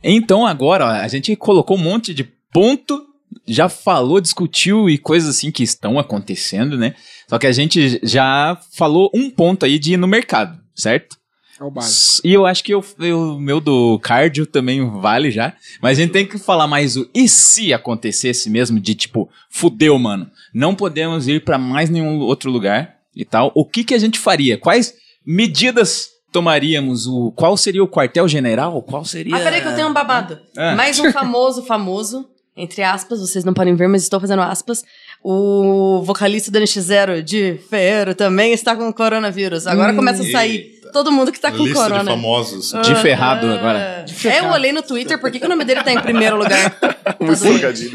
Então agora, ó, a gente colocou um monte de ponto, já falou, discutiu e coisas assim que estão acontecendo, né? Só que a gente já falou um ponto aí de ir no mercado, certo? É o básico. E eu acho que eu- eu- o meu do cardio também vale já. Mas a gente tem que falar mais o e se acontecesse mesmo de tipo, fudeu, mano. Não podemos ir pra mais nenhum outro lugar e tal. O que que a gente faria? Quais medidas tomaríamos? O, qual seria o quartel-general? Qual seria. Ah, peraí que eu tenho um babado. É. Ah. Mais um famoso, famoso, entre aspas, vocês não podem ver, mas estou fazendo aspas. O vocalista do NX0 de Ferro também está com coronavírus. Hum. Agora começa a sair todo mundo que tá com Lista de corona. famosos. Ah. De ferrado agora. É, eu olhei no Twitter, por que, que o nome dele tá em primeiro lugar? Muito Todo- trocadilho.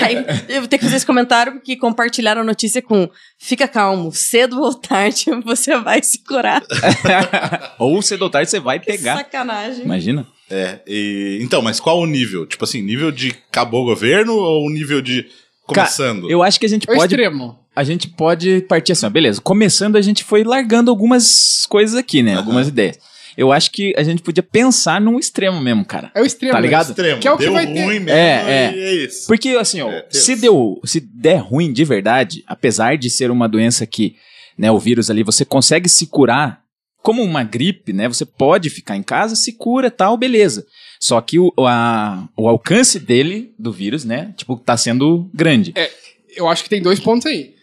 Aí, eu vou ter que fazer esse comentário porque compartilharam a notícia com fica calmo, cedo ou tarde você vai se curar. Ou cedo ou tarde você vai Que pegar. sacanagem. Imagina. É, e- então, mas qual o nível? Tipo assim, nível de acabou o governo ou o nível de começando? Eu acho que a gente É o pode, extremo. a gente pode partir assim, ó, beleza. Começando, a gente foi largando algumas coisas aqui, né? Algumas ideias. Eu acho que a gente podia pensar num extremo mesmo, cara. É o extremo. Tá ligado? Extremo. Que é o que Deu vai ter. ruim mesmo. É, e é isso. Porque, assim, ó, É, Deus. se, deu, se der ruim de verdade, apesar de ser uma doença que, né, o vírus ali, você consegue se curar como uma gripe, né? Você pode ficar em casa, se cura tal, beleza. Só que o, a- o alcance dele, do vírus, né? Tipo, tá sendo grande. É, Eu acho que tem dois pontos aí.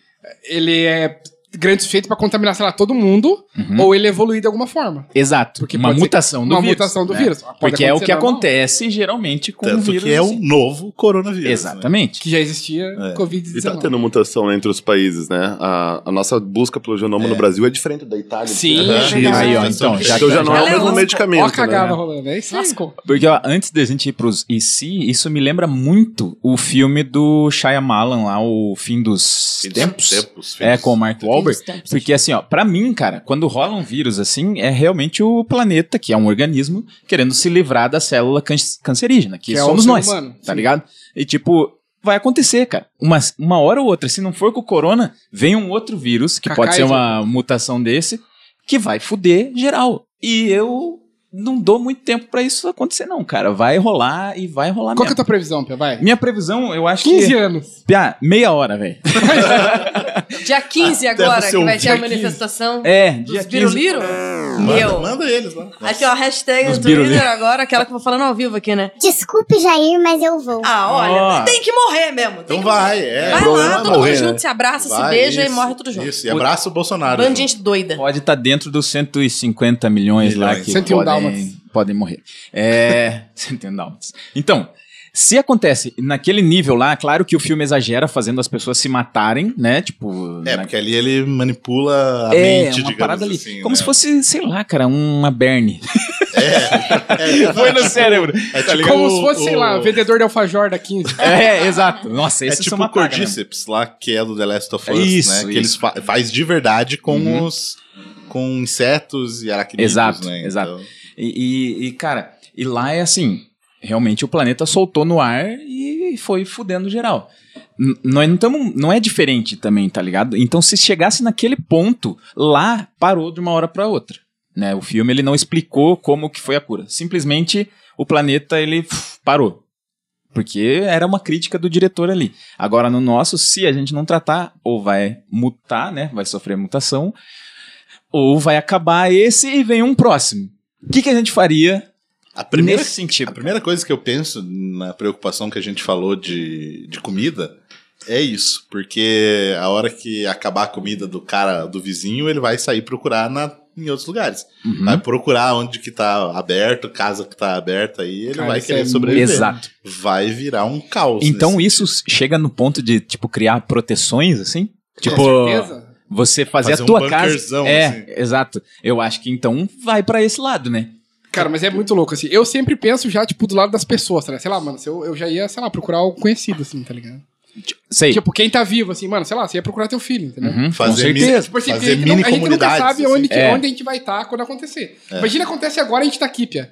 Ele é grande o suficiente pra contaminar, sei lá, todo mundo, ou ele evoluir de alguma forma. Exato. Porque uma pode ser mutação do uma vírus. mutação do né? vírus. Pode Porque é o acontecer que normal. acontece geralmente com o Tanto vírus. né? que é assim. o novo coronavírus. né? Exatamente. Que já existia É. E tá Covid-19. tendo mutação né, entre os países, né? A, a nossa busca pelo genoma no Brasil é diferente da Itália. Sim, Né? é Ah, verdade. Aí, ó, então, já, Então já não é o Ela é mesmo lascou. medicamento. Ó a cagada né? rolando. É isso aí. Lascou. Porque ó, antes da gente ir pros e se, isso me lembra muito o filme do Shyamalan lá, o Fim dos Fim dos Tempos. tempos, fim é, dos- com o Mark Wahlberg. Fim dos tempos. Porque assim, ó, pra mim, cara, quando rola um vírus assim, é realmente o planeta, que é um organismo, querendo se livrar da célula can- cancerígena, que, Que é o somos ser nós, humano, tá ligado? E tipo... Vai acontecer, cara. Uma, uma hora ou outra, se não for com o corona, vem um outro vírus, que Cacá pode ser e uma mutação desse, que vai fuder geral. E eu não dou muito tempo pra isso acontecer, não, cara. Vai rolar e vai rolar Qual que é a mesmo. tua previsão, Pia? Vai. Minha previsão, eu acho 15 que. anos. Piá, meia hora, velho. Dia 15 agora, que seu vai ter dia a 15. manifestação É, dos dia 15. Biruliro. tá Manda, Meu. manda eles lá. Aqui, ó, a hashtag Dos do Twitter Biruliro. agora, aquela que eu vou falando ao vivo aqui, né? Desculpe, Jair, mas eu vou. Ah, olha, Ó. tem que morrer mesmo. Então tem que vai, morrer. é. Vai Vamos lá, lá todo mundo né? morrer, junto, se abraça, se Vai, beija e isso, morre tudo junto. Isso, é e abraça o Bolsonaro. Bando de gente doida. Pode estar dentro dos 150 milhões, lá Milhões. que 101 dálmatas. podem, podem morrer. É, 101 dálmatas. Então, se acontece naquele nível lá, claro que o filme exagera fazendo as pessoas se matarem, né? Tipo, É, na- porque ali ele manipula a é mente, uma digamos parada ali, assim, como né? se fosse, sei lá, cara, uma berne. É, Foi no cérebro. é tipo Como o- se fosse, sei lá, o- vendedor de alfajor da 15. É, exato. Nossa, É esse tipo é uma o Cordyceps lá, que é do The Last of Us, Isso, né? Que isso. Uhum. eles fa faz de verdade com os com insetos e aracnídeos, Exato, né? exato. E, e- e, cara, e lá é assim, realmente o planeta soltou no ar e foi fudendo geral. N- Nós não estamos, não é diferente também, tá ligado? Então se chegasse naquele ponto, lá parou de uma hora pra outra, né? O filme ele não explicou como que foi a cura. Simplesmente o planeta ele puf, parou. Porque era uma crítica do diretor ali. Agora, no nosso, se a gente não tratar, ou vai mutar, né? Vai sofrer mutação, ou vai acabar esse e vem um próximo. O que, que a gente faria A primeira, nesse Uhum. sentido? a primeira coisa que eu penso na preocupação que a gente falou de, de comida é isso, porque a hora que acabar a comida do cara, do vizinho, ele vai sair procurar na, em outros lugares. Uhum. Vai procurar onde que tá aberto, casa que tá aberta aí, ele Cara, vai isso querer é sobreviver. Exato. Vai virar um caos. Então nesse- isso chega no ponto de, tipo, criar proteções, assim? Tipo, Certeza? você fazer, Fazer a um tua casa. bunkerzão, É, assim. exato. Eu acho que então vai pra esse lado, né? Cara, mas é muito louco, assim. Eu sempre penso já, tipo, do lado das pessoas, tá ligado? Sei lá, mano, se eu, eu já ia, sei lá, procurar algo conhecido, assim, tá ligado? Sei. Tipo, quem tá vivo, assim, mano, sei lá, você ia procurar teu filho, entendeu? Uhum, com fazer, mi- certeza. Tipo assim, fazer porque a gente, mini não, a gente nunca comunidades. assim. sabe onde, que- É. onde a gente vai estar quando acontecer. Imagina acontece agora a gente tá aqui, Pia.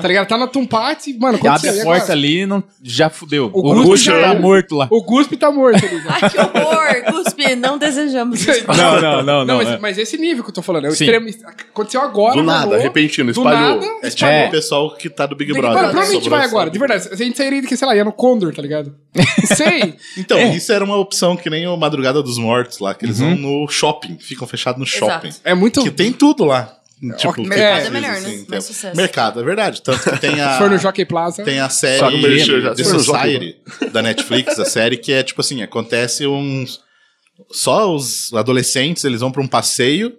Tá ligado? Tá na Tumpate, mano, Uhum. Abre aconteceu. a e porta agora? ali e não... já fudeu. O O, Guto Gusto já tá era. morto lá. O Guspe tá morto ali. já. Ai, que horror! Cuspe, não desejamos isso. Não, não, não, Não, não. mas, é. mas esse nível que eu tô falando, é o Sim. extremo. Aconteceu agora, né, Do nada, rolou, repentino, do espalhou. nada, É tipo espalhou. É. o pessoal que tá do Big Big Brother. Mano, né? pra Brother. onde a gente Sobrou vai só agora? o De Big verdade, a gente sairia daqui, sei lá, ia no Condor, tá ligado? Sei. Então, isso era uma opção que nem o Madrugada dos Mortos lá, que eles vão no shopping, ficam fechados no shopping. Exato. É muito. Que tem tudo lá. Tipo, ok, que mercado precisa, é melhor, né? tem- Mais sucesso. Mercado, é verdade. Tanto que tem Se for no a, Jockey Plaza. tem a Só que o merchan série já- The se for no Society da Netflix, a série que é tipo assim, acontece uns... Só os adolescentes, eles vão pra um passeio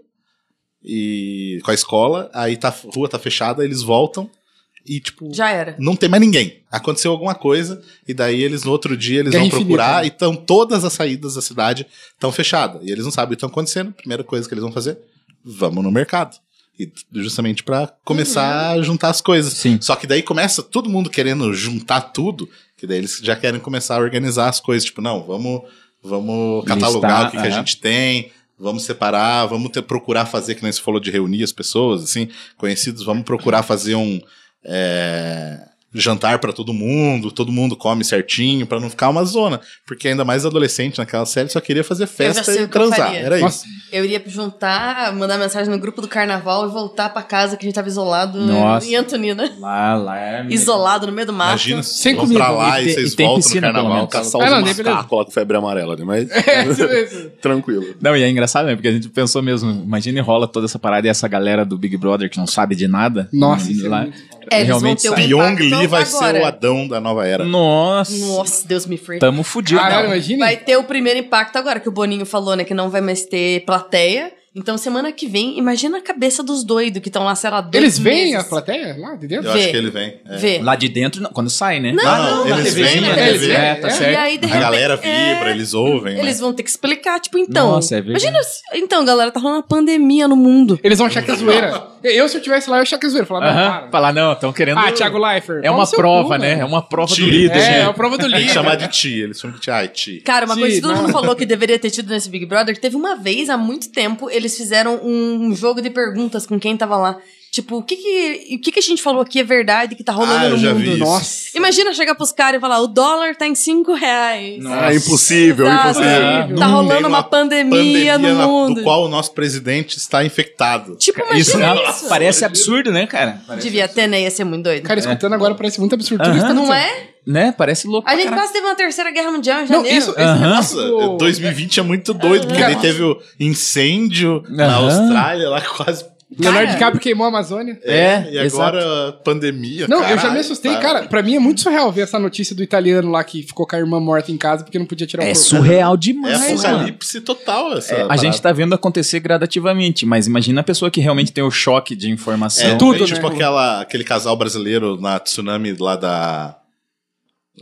e com a escola, aí tá, a rua tá fechada, eles voltam e tipo Já era. não tem mais ninguém. Aconteceu alguma coisa, e daí eles, no outro dia, eles Guerra vão procurar, infinita. né? e tão, todas as saídas da cidade estão fechadas. E eles não sabem o que está acontecendo. Primeira coisa que eles vão fazer, vamos no mercado. E t- justamente para começar Uhum. a juntar as coisas. Sim. Só que daí começa todo mundo querendo juntar tudo, que daí eles já querem começar a organizar as coisas. Tipo, não, vamos, vamos catalogar Listar, o que, que a aham. gente tem, vamos separar, vamos ter- procurar fazer, que nem você falou de reunir as pessoas, assim, conhecidos, vamos procurar fazer um é, jantar pra todo mundo, todo mundo come certinho, pra não ficar uma zona. Porque ainda mais adolescente naquela série só queria fazer festa sei e o assim que eu transar. faria. Era isso. Nossa, Eu iria juntar, mandar mensagem no grupo do carnaval e voltar pra casa que a gente tava isolado né? Nossa. em Antonina. Lá, lá é... né? Isolado no meio do mato. Imagina, Sem vão comida. pra lá né? e, E tem- vocês e tem voltam piscina, no carnaval. pelo Tá menos. Caçar Ah, não, os nem beleza. macacos lá com febre amarela, né? Mas é, isso mesmo. tranquilo. Não, e é engraçado, né? Porque a gente pensou mesmo, imagina e rola toda essa parada e essa galera do Big Brother que não sabe de nada. Nossa, Hum, isso é lá, muito É, eles vão realmente ter um- sai. Pyong Lee Impacto vai agora. ser o Tá. Adão da nova era. Nossa, Nossa, Deus me free. tamo fudido. né? Caralho, Não. imagina. Vai ter o primeiro impacto agora, que o Boninho falou, né? Que não vai mais ter plateia. Então, semana que vem, imagina a cabeça dos doidos que estão lá, sei lá, dois Eles veem a meses. plateia lá de dentro? Eu Vê. acho que ele vem. é. Vê. Lá de dentro, não, quando sai, né? Não, não, na eles TV, vêm né? na Eles TV. vêm. É, tá E certo. aí, de A repente, galera é, vibra, eles ouvem. né? Eles vão ter que explicar, tipo, então. Nossa, é verdade. Imagina, se- então, galera, tá rolando uma pandemia no mundo. Eles vão achar que é zoeira. Eu, se eu tivesse lá, eu ia achar que é zoeira. Falar, não, Aham, para. falar, não, estão querendo. Ah, Thiago Leifert. É pau uma no seu prova, cu, né? mano. É uma prova do Tira. líder, É, é né? a prova do Tem que líder. chamar de ti, eles chamam de ai, ti. Cara, uma Sim, coisa que todo não. mundo falou que deveria ter tido nesse um Big Brother, que teve uma vez, há muito tempo, eles fizeram um jogo de perguntas com quem tava lá. Tipo, o que que, o que, que a gente falou aqui é verdade que tá rolando Ah, eu no já mundo? vi isso. Nossa. Imagina chegar pros caras e falar, o dólar tá em 5 reais. É Ah, impossível, Exato. impossível. Tá Num meio rolando uma uma pandemia, no na- mundo. do qual o nosso presidente está infectado. Tipo, imagina Isso, isso. não- parece absurdo, né, cara? é- Devia ter, né? Ia ser muito doido. Cara, escutando agora parece muito absurdo. Tudo Aham. isso tá não acontecendo. é? Né? Parece louco. A pra gente caralho. quase teve uma terceira guerra mundial em Não, é janeiro. isso, esse Aham. negócio Nossa, do- 2020 é muito doido, porque Cara, daí teve o incêndio na Aham. Austrália, lá quase. Leonardo Cara. DiCaprio queimou a Amazônia. É, e agora pandemia. Não, eu caralho, já me assustei, tá? cara. Pra mim é muito surreal ver essa notícia do italiano lá que ficou com a irmã morta em casa porque não podia tirar o É corpo. surreal um É demais, mano. apocalipse total essa. É, a parada. gente tá vendo acontecer gradativamente, mas imagina a pessoa que realmente tem o choque de informação. É, tudo, é tipo né? aquela, aquele casal brasileiro na tsunami lá da.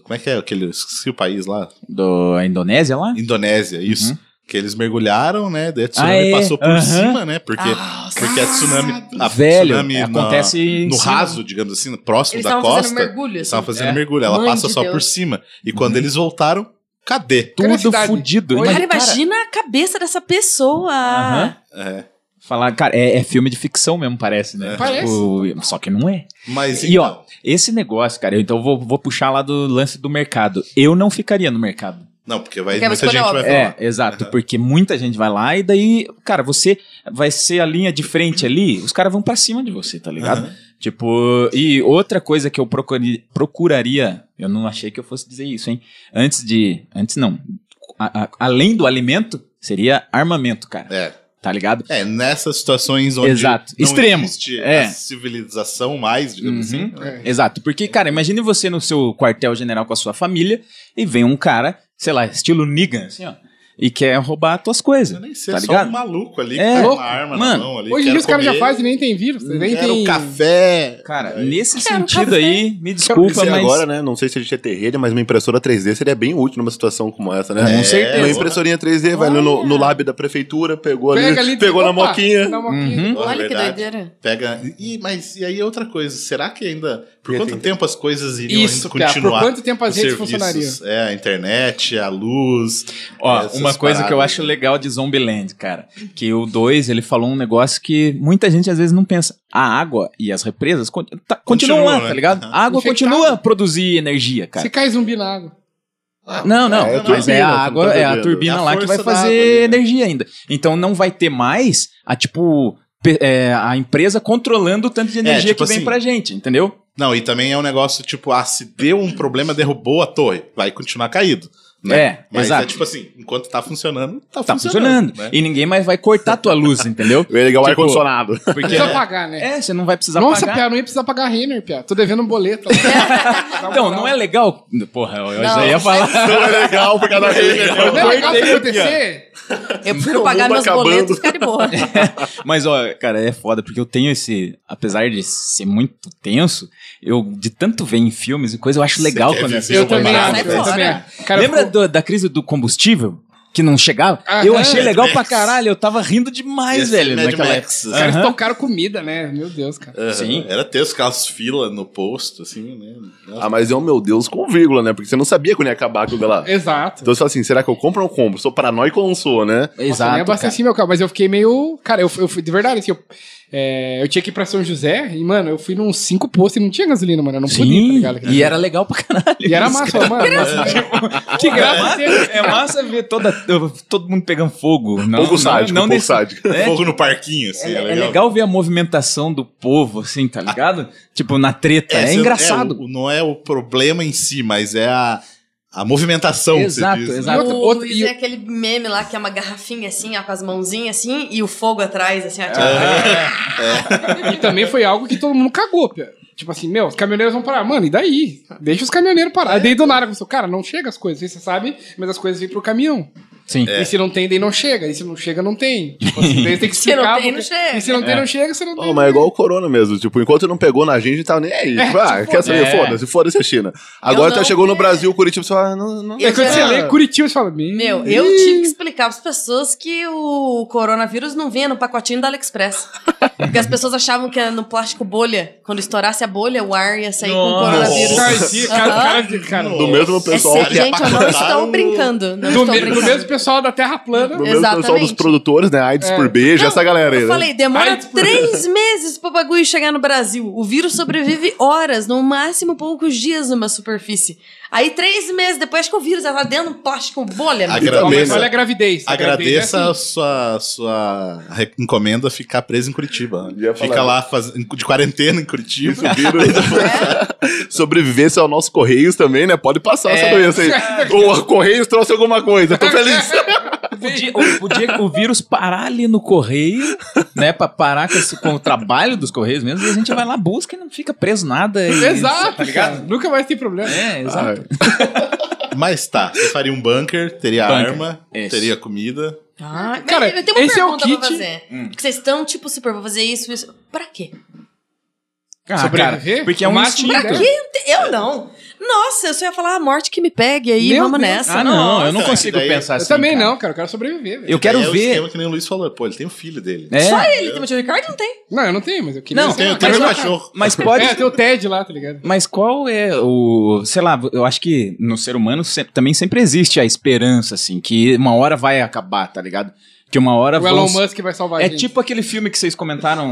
Como é que é aquele. Esqueci o país lá. Do, a Indonésia lá? Indonésia, isso. Que eles mergulharam, né? Daí a tsunami Uhum. Ah, é? passou por Aham. cima, né? Porque, Ah, porque a tsunami. A Velho, tsunami na- acontece em no cima. raso, digamos assim, próximo Eles da estavam fazendo costa. mergulho. Eles assim. estavam fazendo É. mergulho. Ela Mãe passa de só por Deus. cima. E Uhum. quando eles voltaram, cadê? Cara, Tudo cidade. fudido. Oi. Imagina- Cara, imagina a cabeça dessa pessoa. Aham. É. Falar, cara, é, é filme de ficção mesmo, parece, né? É. Parece. Tipo, só que não é. Mas E então, ó, esse negócio, cara, eu então vou, vou puxar lá do lance do mercado. Eu não ficaria no mercado. Não, porque vai, Porque é muita muito gente vai falar. É, exato, porque muita gente vai lá e daí, cara, você vai ser a linha de frente ali, os caras vão pra cima de você, tá ligado? Tipo, e outra coisa que eu procuri- procuraria, eu não achei que eu fosse dizer isso, hein? Antes de, antes não, A- a- além do alimento, seria armamento, cara, É. tá ligado? É, nessas situações onde Exato. não Extremo. existe É. a civilização mais, digamos Uhum. assim. É. né? Exato, porque, cara, imagine você no seu quartel-general com a sua família e vem um cara, sei lá, estilo Negan, assim, ó, e quer roubar as tuas coisas. Eu nem sei, Tá só ligado? um maluco ali É. que tá com Louco. uma arma Mano, na mão ali. Hoje em quero dia os caras já comer, Hum, fazem e nem tem vírus. Nem Quero tem... café. Cara, Aí. nesse Quero um sentido café. aí, me Pensei desculpa, mas. agora, né? Não sei se a gente é terreno, mas uma impressora 3D seria bem útil numa situação como essa, né? Com É, certeza. Uma impressorinha 3D, vai no, no lab da prefeitura, pegou ali, Pega ali, pegou na opa, moquinha. na moquinha. Uhum. Porra, Olha que verdade. doideira. Pega. E, mas e aí outra coisa, será que ainda. Por Ia quanto ter- tempo as coisas iriam Isso, ainda cara, continuar? por quanto tempo as Os redes funcionariam? serviços, É, a internet, a luz. Ó, essas uma coisa que eu paradas. acho legal de Zombieland, cara, que o 2, ele falou um negócio que muita gente às vezes não pensa. A água e as represas con- tá- continuam Continua, lá, né? tá ligado? Aham. A água Infectado. continua a produzir energia, cara. Se cai zumbi na água. Não, não, É a mas é a turbina, você não água, tá é a entendendo. turbina É a lá que vai força da fazer água ali, né? energia ainda. Então não vai ter mais a tipo pe- é, a empresa controlando o tanto de energia tipo que vem assim, pra gente, entendeu? Não, e também é um negócio tipo, ah, se deu um problema, derrubou a torre, vai continuar caído. Né? É, Mas exato. é tipo assim, enquanto tá funcionando, tá, Tá funcionando. funcionando. né? E ninguém mais vai cortar a tua luz, entendeu? É legal o Tipo, ar-condicionado. Porque Precisa pagar, né? é, você não vai precisar Nossa, pagar. Pia, não ia precisar pagar a Renner, Pia. Tô devendo um boleto. lá. Então, não é legal. Porra, eu Não, já ia falar. Não é legal, porque cada vez é legal. Não é legal isso acontecer? Eu prefiro Não, pagar mundo meus acabando. boletos e ficar de boa. Mas, ó, cara, é foda, porque eu tenho esse. Apesar de ser muito tenso, eu, de tanto ver em filmes e coisa, eu acho legal quer quando viver né? eu Eu também Sai acho. Eu fora. também acho. Cara, Lembra ficou- do- da crise do combustível? Que não chegava? Aham. Eu achei legal Mad pra Max. caralho. Eu tava rindo demais, Esse é velho. Mad naquela Max. assim, época. Os caras Aham. tocaram comida, né? Meu Deus, cara. Aham, Sim. Era ter os carros fila no posto, assim, né? Nossa. Ah, mas é o meu Deus com vírgula, né? Porque você não sabia quando ia acabar aquilo É. lá. Exato. Então você fala assim, será que eu compro ou não compro? Sou paranoico ou não sou, né? Nossa, eu nem Exato. cara. abasteci meu carro, mas eu fiquei meio. Cara, eu, fui- eu fui de verdade. Assim, eu, é, eu tinha que ir pra São José e, mano, eu fui num cinco postos e não tinha gasolina, mano. Eu não podia, tá Sim, ligado? e era legal pra caralho. E era isso, massa, cara. mano. que graça teve. É massa ver toda, todo mundo pegando fogo. Não, pouco não- sádico, não pouco nesse- sádico. É, Fogo no parquinho, assim, É, é, é legal. legal. ver a movimentação do povo, assim, tá ligado? tipo, na treta. se É, eu- engraçado. o- não é o problema em si, mas é a, a movimentação. que você Exato, diz, né? exato. O Outro- Luiz e- é aquele meme lá que é uma garrafinha assim, ó, com as mãozinhas assim, e o fogo atrás, assim, ó. tipo, E também foi algo que todo mundo cagou, pia. Tipo assim, meu, os caminhoneiros vão parar. Mano, e daí? Deixa os caminhoneiros parar. Daí do nada começou, cara, não chega as coisas, você sabe, mas as coisas vêm pro caminhão. Sim. E se não tem, daí não chega. E se não chega, não tem. Tipo assim, daí tem que Se não explicar. tem, porque- não chega. E se não tem, não chega, se não tem. Oh, mas é igual o corona mesmo. Tipo, enquanto não pegou na gente, tava nem aí. Tipo, ah, quer saber? é. Foda-se, foda-se a China. Agora Eu tá não chegou no quero. Brasil, Curitiba, você fala, ah, não, não. É quando você Ah. lê Curitiba, você fala, Meu, eu tive que explicar para as pessoas que o coronavírus não vinha no pacotinho da AliExpress. Porque as pessoas achavam que era no plástico bolha. Quando estourasse a bolha, o ar ia sair com o coronavírus. Cara, esse- cara, cara, cara, Do mesmo É pessoal sério, que gente, eu não apacotaram estou o- brincando. Não Do, estou me- do brincando. mesmo pessoal da Terra Plana. No mesmo pessoal dos Exatamente. produtores, né? AIDS É. por beijo, Não, essa galera aí, Eu né? falei, demora Ai, por- três meses pro bagulho chegar no Brasil. O vírus sobrevive horas, no máximo poucos dias numa superfície. Aí, três meses depois, acho que o vírus já tá dentro de um poste com bolha. né? Então, mas Agradeça. olha a gravidez. A gravidez é Agradeça assim. a sua, sua re- encomenda ficar preso em Curitiba. né? Ia falar. Fica lá faz- de quarentena em Curitiba. É. Sobrevivência ao nosso Correios também, né? Pode passar essa doença aí. O Correios trouxe alguma coisa, tô feliz. É. Podia, o, podia o vírus parar ali no correio, né? Pra parar com, esse- com o trabalho dos correios mesmo. E a gente vai lá, busca e não fica preso nada. e- Exato, Tá ligado? ligado? Nunca mais tem problema. É, exato. Mas tá, você faria um bunker, teria Bunker. arma, Isso. teria comida. Ah, Cara, eu tenho uma esse é o pergunta pra kit. fazer. Porque Vocês estão, tipo, super, vou fazer isso, isso. Pra quê? Ah, Sobreviver? cara, porque é O um máximo instinto. dela. Eu não. Nossa, eu só ia falar a morte que me pegue aí, Meu vamos Deus. nessa. Ah, não, eu não Nossa, consigo daí- pensar Eu assim. também cara. não, cara. Eu quero sobreviver, velho. Eu quero é o ver. esquema que nem o Luiz falou. Pô, ele tem um filho dele. É. Só ele tem, mas o Ricardo não tem. Não, eu não tenho, mas eu queria. Não, sei Tem, lá, tem cara. um cachorro. Mas pode. É, tem o Ted lá, tá ligado? Mas qual é o. Sei lá, eu acho que no ser humano se- também sempre existe a esperança, assim, que uma hora vai acabar, tá ligado? Que uma hora O vai. Elon Musk vai salvar a É gente. tipo aquele filme que vocês comentaram,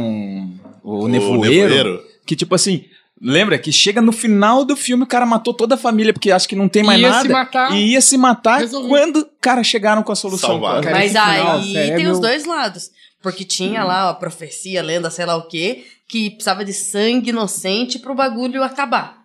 o, O Nevoeiro, Nevoeiro. Que tipo assim, lembra que chega no final do filme o cara matou toda a família porque acha que não tem mais Ia nada. se matar. E ia se matar Resolvido. quando, cara, chegaram com a solução. Salvaram. cara. Cara, Mas esse final, aí sério, é tem meu- os dois lados. Porque Uhum. tinha lá a profecia, lenda, sei lá o quê, que precisava de sangue inocente pro bagulho acabar.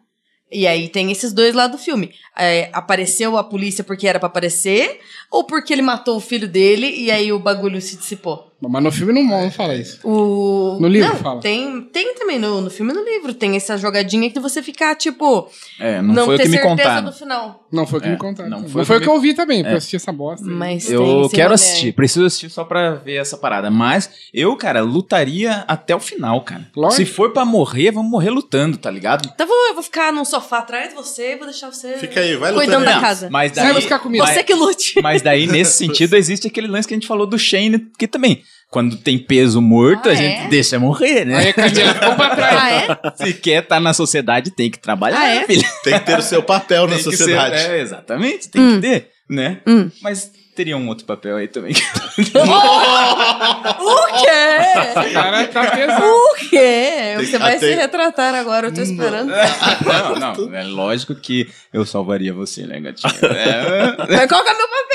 E aí tem esses dois lados do filme. É, apareceu a polícia porque era pra aparecer, ou porque ele matou o filho dele e aí o bagulho se dissipou. Mas no filme não, não fala isso. O... No livro Não, fala. Tem, tem também no, no filme e no livro. Tem essa jogadinha que você ficar, tipo, É, não, não, foi o ter que me certeza contaram. do final. Não foi o que É, me contaram. não Não foi foi, o o que que me- eu ouvi também, porque É. eu assisti essa bosta. aí. Mas tem Eu esse quero rolê assistir, preciso assistir só pra ver essa parada. Mas eu, cara, lutaria até o final, cara. Lógico. Se for pra morrer, vamos morrer lutando, tá ligado? aí. Então eu vou, eu vou ficar num sofá atrás de você e vou deixar você Fica aí, vai Tá lutando cuidando aí. da casa. Mas Você vai buscar comida. mas- Você que lute. Mas daí, nesse sentido, existe aquele lance que a gente falou do Shane, que também, quando tem peso morto, Ah, a gente é? deixa morrer, Aí né? a Camila ficou pra trás. Ah, é? Se quer estar na sociedade, tem que trabalhar, Ah, é? filho. Tem que ter o seu papel Tá na Tem que ser- sociedade. é, exatamente, tem que ter, né? Hum. Mas teria um outro papel aí também. O quê? O cara tá pesado. O quê? Você vai até- se retratar agora, eu tô esperando. não, não, é lógico que eu salvaria você, né, gatinho? É, Mas qual que é o meu papel?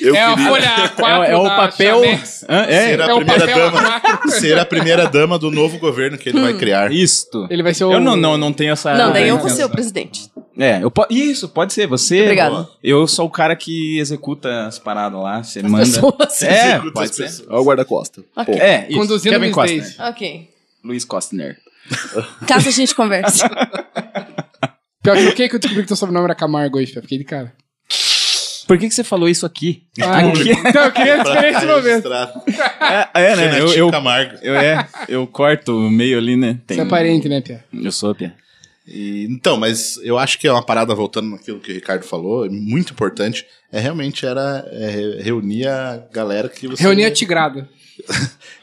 Eu é a queria- folha A4 é, é o da papel. Chamex. Hã? É, Será- É o primeira papel dama. A4. Ser a primeira dama do novo governo que ele Hum. vai criar. isto. Ele vai ser o... Eu não, não, não tenho essa. Não, daí eu tenho vou ser essa- o presidente. É, eu po- isso, pode ser. Você. Obrigada. Eu sou o cara que executa as paradas lá, você manda. pessoas. É, Executa pode as ser. pessoas. Olha o guarda-costa. Ok. É, isso. Conduzindo Kevin Miss Costner. Daisy. Ok. Luiz Costner. Caso a gente converse. Pior que o que que eu descobri que teu sobrenome era Camargo hoje, eu fiquei de cara. Por que, que você falou isso aqui? aqui. Então, eu queria Pra descobrir esse momento. registrar. É, é, né? Eu, Renatinho eu, Camargo. eu, é, eu corto o meio ali, né? Tem- Você é parente, né, Pia? Eu sou, Pia. E, então, mas eu acho que é uma parada voltando naquilo que o Ricardo falou, é muito importante. É realmente era é, re- reunir a galera que você Reunir a Tigrada.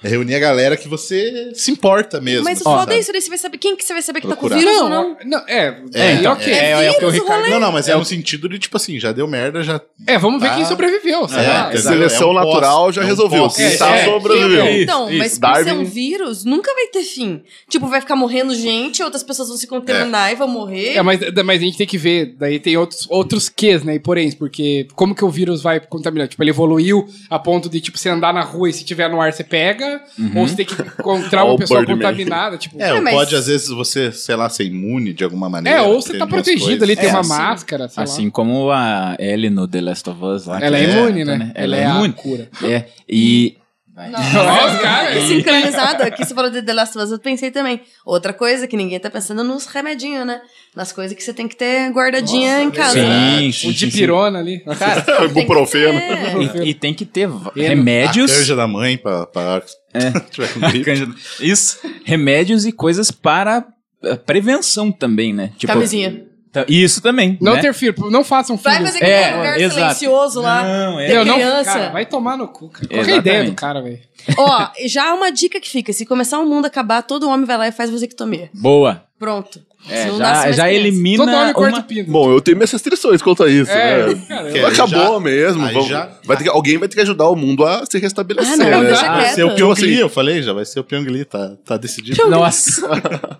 reunir a galera que você se importa mesmo. Mas o assim, foda é sabe? isso, daí você vai saber quem que você vai saber que Procurar. tá com vírus ou não. é. É, É, então, ok. é, É, é o que o Ricardo. Não, não, mas é no sentido de tipo assim, já deu merda, já É, vamos ver Ah. quem sobreviveu. sei É, lá. entendeu? Seleção É um pós- natural já é um resolveu. pós- Quem É, tá é. sobreviveu. Então, isso. mas por Darwin- ser um vírus, nunca vai ter fim. Tipo, vai ficar morrendo gente, outras pessoas vão se contaminar e vão morrer. É, mas, mas a gente tem que ver, daí tem outros, outros Qs, né? E porém, porque como que o vírus vai contaminar? Tipo, ele evoluiu a ponto de, tipo, você andar na rua e se tiver no ar você pega, ou você tem que encontrar Uhum. Ó, uma o pessoa Birdman. contaminada, tipo... É, É, É, ou mas- pode às vezes você, sei lá, ser imune de alguma maneira. ou você tem tá umas protegido ali, coisas. tem É, uma assim, máscara, sei Assim como a Ellie no The Last of Us lá. lá. Ela é, que imune, tá, né? Ela, é, a imune. cura. É, e... Olha os caras. Sincronizado, aqui você falou de The Last of Us, eu pensei também. Outra coisa que ninguém tá pensando nos remedinhos, né? Nas coisas que você tem que ter guardadinha em casa. Sim, sim, O sim, sim. dipirona ali. Cara, Ibuprofeno. É. E, e tem que ter v- E- remédios. A canja da mãe pra... pra... tiver com gripe. Cândido. Isso. Remédios e coisas para eh, prevenção também, né? Tipo, Camisinha. ta- Isso também. não né? ter filho, não façam filho. Vai fazer aquele É, lugar exato. silencioso lá. Não, é. ter Meu, não, criança. cara, vai tomar no cu, cara. Qual que é a Exatamente. ideia do cara, velho? Ó, já há uma dica que fica: se começar o mundo a acabar, todo homem vai lá e faz vasectomia. Boa. Pronto. É, Senão nasce já uma já criança. elimina. Todo homem corta uma- o um pinto. Bom, eu tenho minhas restrições quanto a isso. É, né? cara, Que eu- Acabou já- mesmo. aí vamos- já- vai ter que- alguém vai ter que ajudar o mundo a se restabelecer. Ah, não, né? deixa Vai ser o quieto. Pyong Lee, eu falei, já vai ser o Pyong Lee, tá, tá decidido. Nossa.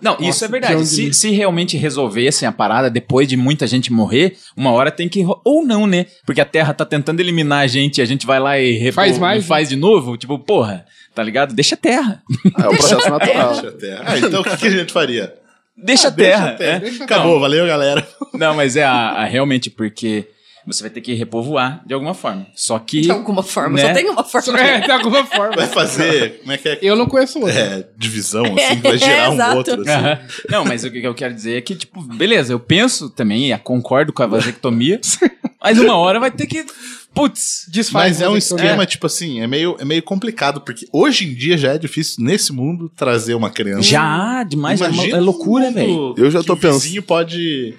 Não, isso é que verdade. horrível. Se, se realmente resolvessem a parada depois de muita gente morrer, uma hora tem que. ro- Ou não, né? Porque a Terra tá tentando eliminar a gente e a gente vai lá e repo- Faz mais, e faz de novo. Tipo, porra, tá ligado? Deixa a Terra. É o processo natural. Deixa até. Ah, então o que, que a gente faria? Deixa a Terra. né? Acabou, valeu, galera. Não, mas é a, a- realmente porque você vai ter que repovoar de alguma forma. Só que. Então, De alguma forma, né? só tem uma forma. É, de alguma forma. Vai fazer, como é que é? Eu não conheço outro. É, divisão, assim, que vai gerar um exato. outro. Assim. Aham. Não, mas o que eu quero dizer é que, tipo, beleza, eu penso também, e concordo com a vasectomia, mas uma hora vai ter que. Putz! Desfaz. Mas é um você, esquema, tipo assim, é meio, é meio complicado, porque hoje em dia já é difícil, nesse mundo, trazer uma criança. Já, demais, é, uma- um Imagina é loucura, um velho. mundo Eu já que tô o pensando. vizinho pode,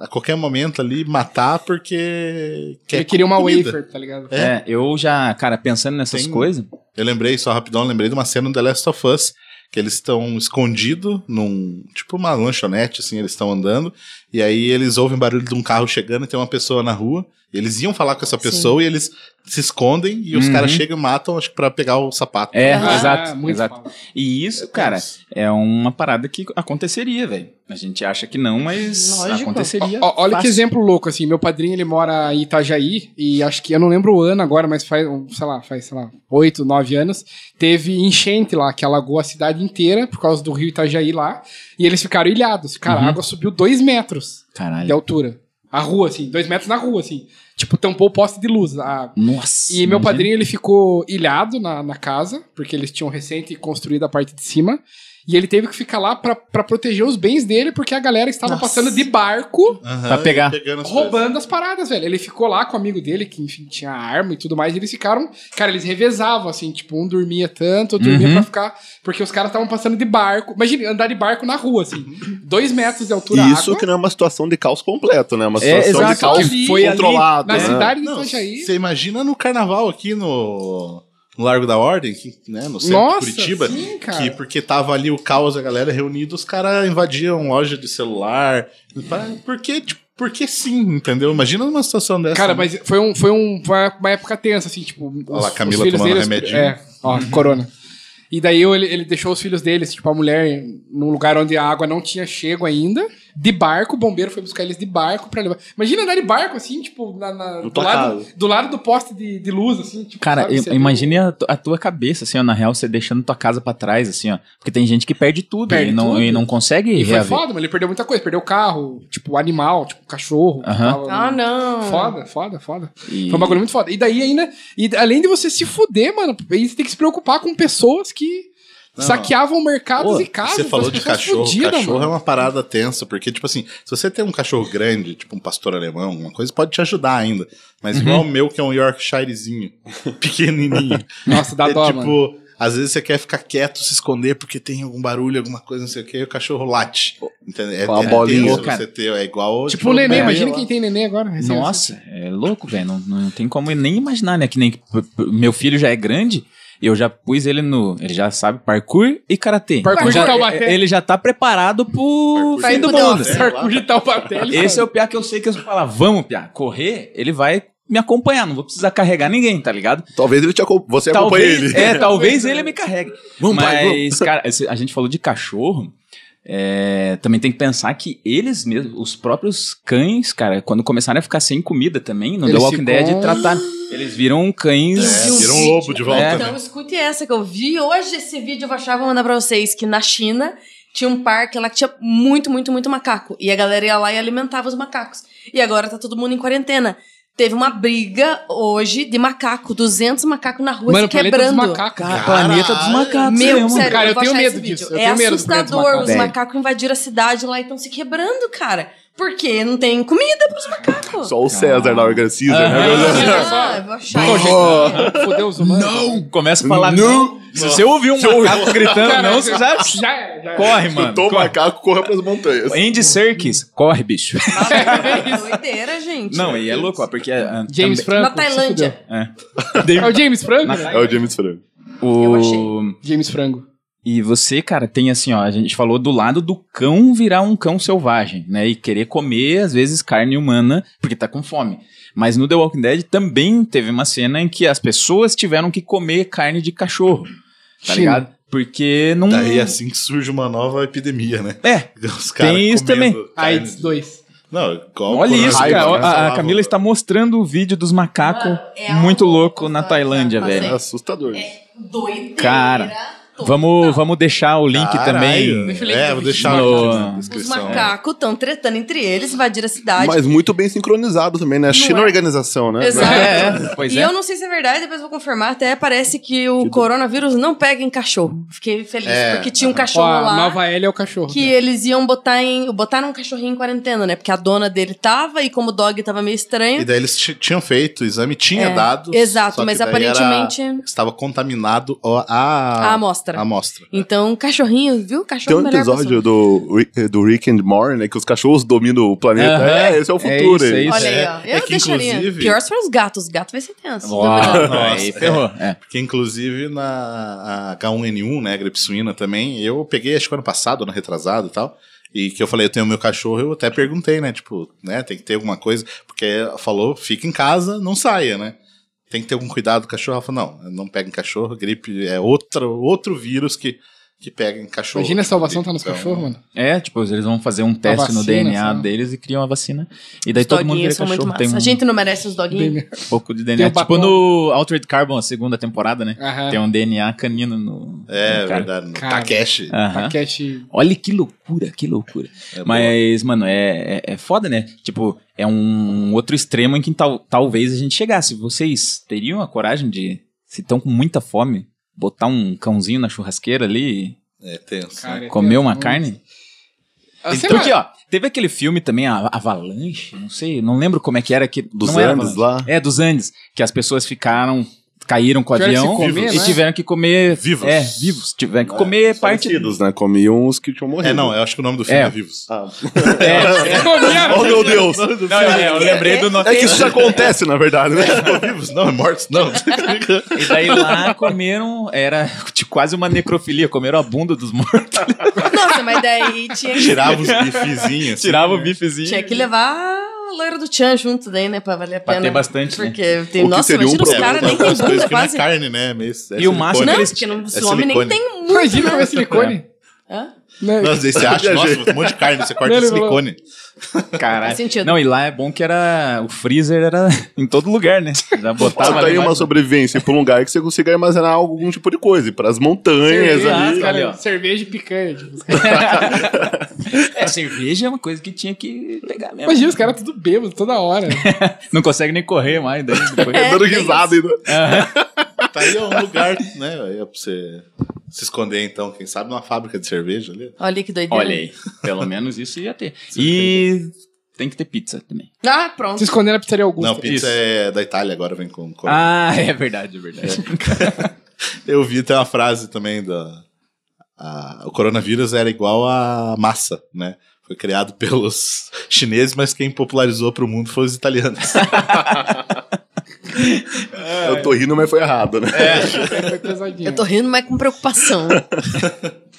a qualquer momento ali, matar porque quer Ele queria uma comida. wafer, tá ligado? É. eu já, cara, pensando nessas Tem- um coisas. Eu lembrei, só rapidão, eu lembrei de uma cena do The Last of Us, que eles estão escondidos num, tipo uma lanchonete, assim, eles estão andando, e aí eles ouvem barulho de um carro chegando e tem uma pessoa na rua, eles iam falar com essa pessoa e eles se escondem e os Uhum. caras chegam e matam, acho que pra pegar o sapato. É, Aham. Ah, exato, muito exato. foda. E isso, cara, é uma parada que aconteceria, velho. A gente acha que não, mas Lógico. aconteceria. Ó, olha que fácil. exemplo louco, assim. Meu padrinho, ele mora em Itajaí e acho que, eu não lembro o ano agora, mas faz, um, sei lá, faz, sei lá, oito, nove anos. Teve enchente lá, que alagou a cidade inteira por causa do rio Itajaí lá. E eles ficaram ilhados. Cara, a água subiu dois metros de Caralho. altura. A rua, assim, dois metros na rua, assim. Tipo, tampou o poste de luz, a água. Nossa. E meu imagina. padrinho ele ficou ilhado na, na casa, porque eles tinham recente construído a parte de cima. E ele teve que ficar lá pra pra proteger os bens dele, porque a galera estava passando de barco Aham, Pra pegar. pegando as coisas. roubando as paradas, velho. Ele ficou lá com o amigo dele, que enfim tinha arma e tudo mais. E eles ficaram. Cara, eles revezavam, assim, tipo, um dormia tanto, outro dormia Uhum. pra ficar. Porque os caras estavam passando de barco. Imagina, andar de barco na rua, assim. Uhum. Dois metros de altura. E isso água, que não é uma situação de caos completo, né? É uma É, situação de exato, caos que foi ali controlado. na né? cidade de Não, Itajaí. você imagina no carnaval aqui no, no Largo da Ordem, que, né, no centro Nossa, de Curitiba, sim, cara. que porque tava ali o caos, a galera reunida, os caras invadiam loja de celular. Pra- Porque, tipo, porque sim, entendeu? Imagina numa situação dessa. né? Cara, mas foi, um, foi, um, foi uma época tensa, assim, tipo. Olha lá, Camila tomando remedinho. É, ó, Uhum. corona. E daí eu- ele, ele deixou os filhos deles, tipo, a mulher, num lugar onde a água não tinha chego ainda, de barco, o bombeiro foi buscar eles de barco pra levar. Imagina andar de barco, assim, tipo, na, na- do, tua lado, casa. do lado do poste de, de luz, assim. Tipo, Cara, sabe, eu- você vê- imagine a, tu- a tua cabeça, assim, ó, na real, você deixando tua casa pra trás, assim, ó. Porque tem gente que perde tudo, Perde e, não, tudo. e não consegue E foi reaver. foda, mano. Ele perdeu muita coisa. Perdeu o carro, tipo, animal, tipo, cachorro. que Aham. tava- Ah, não. Foda, foda, foda. E- Foi um bagulho muito foda. E daí ainda, e além de você se fuder, mano, aí você tem que se preocupar com pessoas que Não. saqueavam mercados Pô, e casas. Você falou as de pessoas cachorro. fudidas, cachorro é tá mano. uma parada tensa, porque, tipo assim, se você tem um cachorro grande, tipo um pastor alemão, alguma coisa, pode te ajudar ainda. Mas Uhum. igual o meu, que é um Yorkshirezinho, pequenininho. Nossa, dá Tá é, dó, tipo, mano. às vezes você quer ficar quieto, se esconder porque tem algum barulho, alguma coisa, não sei o que, e o cachorro late. Entendeu? É, Com a é bolinha. tenso Cara. você ter, é igual. Tipo o neném, é, imagina lá. quem tem neném agora. recém- Nossa, é louco, velho. Não, não tem como eu nem imaginar, né? Que nem p- p- meu filho já é grande. Eu já pus ele no. Ele já sabe parkour e karatê. Então Parkour de já, Taubaté. Ele já tá preparado pro Parkour fim de do Taubaté. mundo. assim. Esse Parkour um de Taubaté. ele Esse é sabe. o piá que eu sei que eu falar, vamos, piá, correr, ele vai me acompanhar, não vou precisar carregar ninguém, tá ligado? Talvez ele te acom- você acompanhe talvez, ele. É, talvez ele me carregue. Vamos, Mas, pai, cara, esse- a gente falou de cachorro. é, também tem que pensar que eles mesmos, os próprios cães, cara, quando começaram a ficar sem comida também, no Eles The Walking se Dead, com- trataram. Eles viram cães. É, vira um lobo de volta. É. né? Então escute essa que eu vi hoje esse vídeo, eu achava mandar pra vocês que na China tinha um parque lá que tinha muito, muito, muito macaco. E a galera ia lá e alimentava os macacos. E agora tá todo mundo em quarentena. Teve uma briga hoje de macaco, 200 macacos na rua Mano, o se planeta dos quebrando. macacos. Cara, cara. planeta dos macacos. né, Meu, mano? sério, Cara, eu vou tenho achar medo esse disso, vídeo. eu é tenho medo dos grandes assustador. macacos. Os macacos invadiram a cidade lá e estão se quebrando, cara. Porque não tem comida pros macacos. Só o César na Organ Caesar, né? Ah, eu vou achar. Pô, esse vídeo. gente, Fudeu os humanos. Não! Começa a falar não. Se você ouvir um macaco gritando não, você já, Já é, já é. corre, mano. Tô corre. macaco, corra pras montanhas. Andy Serkis, corre, bicho. Tá Doideira, gente. Não, e é louco, ó, porque... ah, James também- Franco. Na Tailândia. se É. fudeu. É o James Franco? Na velho? É o James Franco. O... Eu achei. James Franco. E você, cara, tem assim, ó, a gente falou do lado do cão virar um cão selvagem, né? E querer comer, às vezes, carne humana, porque tá com fome. Mas no The Walking Dead também teve uma cena em que as pessoas tiveram que comer carne de cachorro, tá Sim. ligado? Porque não. Daí é assim que surge uma nova epidemia, né? É, Os caras Tem isso comendo também. carne AIDS de- 2. Não, igual Olha o isso, raiva, cara. né? A- A, Falava- Camila está mostrando o vídeo dos macacos Mano, é muito algo- louco na Tailândia, Passei. velho. É assustador. Doideira. Cara, total. Vamos, vamos deixar o link Caralho. também. Deixa o link É, do vou vídeo. deixar No- o link na Os descrição. macacos estão tretando entre eles, invadiram a cidade. Mas muito bem sincronizado também, né? China é? organização, né? Exato. Pois e é. eu não sei se é verdade, depois eu vou confirmar. Até parece que o coronavírus não pega em cachorro. Fiquei feliz, É. porque tinha um Ó, cachorro a lá. nova L é o cachorro. Que eles iam botar em. Botaram um cachorrinho em quarentena, né? Porque a dona dele tava e como o dog tava meio E estranho. daí eles t- tinham feito, o exame tinha É, dado. exato, só que mas daí aparentemente- era- estava contaminado ó, A a, amostra. amostra. Então, cachorrinho, viu? Tem é Cachorro um melhor episódio pessoa. do, Ri- do Rick and Morty, né? Que os cachorros dominam o planeta. Aham. É, esse é o É futuro. isso, é hein? isso. Olha é- aí, ó. é Eu que, deixaria. inclusive- Pior se for os gatos. Os gatos vai ser tenso. Então, Uau, aí Nossa, ferrou. É. Porque, inclusive, na a H1N1, né, a gripe suína também, eu peguei, acho que ano passado, ano retrasado e tal, e que eu falei, eu tenho meu cachorro, eu até perguntei, né, tipo, né, tem que ter alguma coisa, porque falou, fica em casa, não saia, né. Tem que ter algum cuidado com o cachorro. Ela falou, não, não pega em cachorro, gripe é outro, outro vírus que, que pega em cachorro. Imagina a salvação tá nos Então, cachorros, mano. É, tipo, eles vão fazer um teste vacina, no DNA sabe? deles e criam a vacina. E daí Os todo mundo vira doguinhos são muito cachorro. Tem massa. um A gente não merece os doguinhos. pouco de Tem um DNA. o Tipo batom. no Altered Carbon, a segunda temporada, né? É. Aham. Tem um DNA canino no. É, no cara. verdade. no Cara. Takeshi. Aham. é- Takeshi. Olha que loucura, que loucura. É Mas, mano, é, é, é foda, né? Tipo, é um outro extremo em que tal, talvez a gente chegasse. Vocês teriam a coragem de, se estão com muita fome, botar um cãozinho na churrasqueira ali É tenso. né? Cara, e comer é uma tenso. carne? Ah, sei Então, lá. aqui, ó, teve aquele filme também, a Avalanche, não sei, não lembro como é que era. Que, Dos não era Andes Avalanche. lá. É, dos Andes, que as pessoas ficaram, caíram com o Tiveram que avião se comer, e né? tiveram que comer... Vivos. É, vivos. Tiveram que comer parte... Partidos, né? Comiam os que tinham morrido. É, não, eu acho que o nome do filme É. é, Vivos. Ah. É, Oh, meu Deus! não, é, eu lembrei do... É que isso já acontece, na verdade, né? Não, Vivos, não, é Mortos, não. E daí lá comeram, era de quase uma necrofilia, comeram a bunda dos mortos, Nossa, mas daí tinha que, Tirava os bifezinhos. assim. tiravam é. o bifezinho. tinha que levar a loira do Tchan junto daí, né? Pra valer a Pra pena. ter bastante, né? Porque tem, O que nossa, seria um imagina os problema, caras Tem nem tem algumas coisas bunda que não é quase. carne, né? Meio- é E o silicone. máximo Não, eles- porque não, esse É homem nem silicone. tem muito. Imagina comer silicone. Hã? Né? Nossa, daí você acha, nossa, um monte de carne, você É, corta Ele em falou- silicone. Caralho. Faz sentido. Não, e lá é bom que era... O freezer era em todo lugar, né? Já Você botava... tá ali em uma mais- sobrevivência pra um lugar que você consiga armazenar algum tipo de coisa. E pras montanhas Cerveja, ali. cara, ali, ó. cerveja e picanha. Tipo, os caras- É, cerveja é uma coisa que tinha que pegar mesmo. Imagina os caras tudo bêbados toda hora. Não consegue nem correr mais daí depois. É, dando tem risada. ainda. Tá aí é um lugar, né? Aí é pra você se esconder, então, quem sabe numa fábrica de cerveja ali. Olha que doideira. Olha aí, pelo menos isso ia ter. E tem que ter pizza também. Ah, Se pronto. esconder na pizzaria Augusta. Não, pizza Isso. é da Itália, agora vem com... com- Ah, é verdade, é verdade. Eu vi até uma frase também da... a- o coronavírus era igual a massa, né? Foi criado pelos chineses, mas quem popularizou pro mundo foi os italianos. Eu tô rindo, mas foi errado, né? É, Foi pesadinho. Eu tô rindo, mas com preocupação.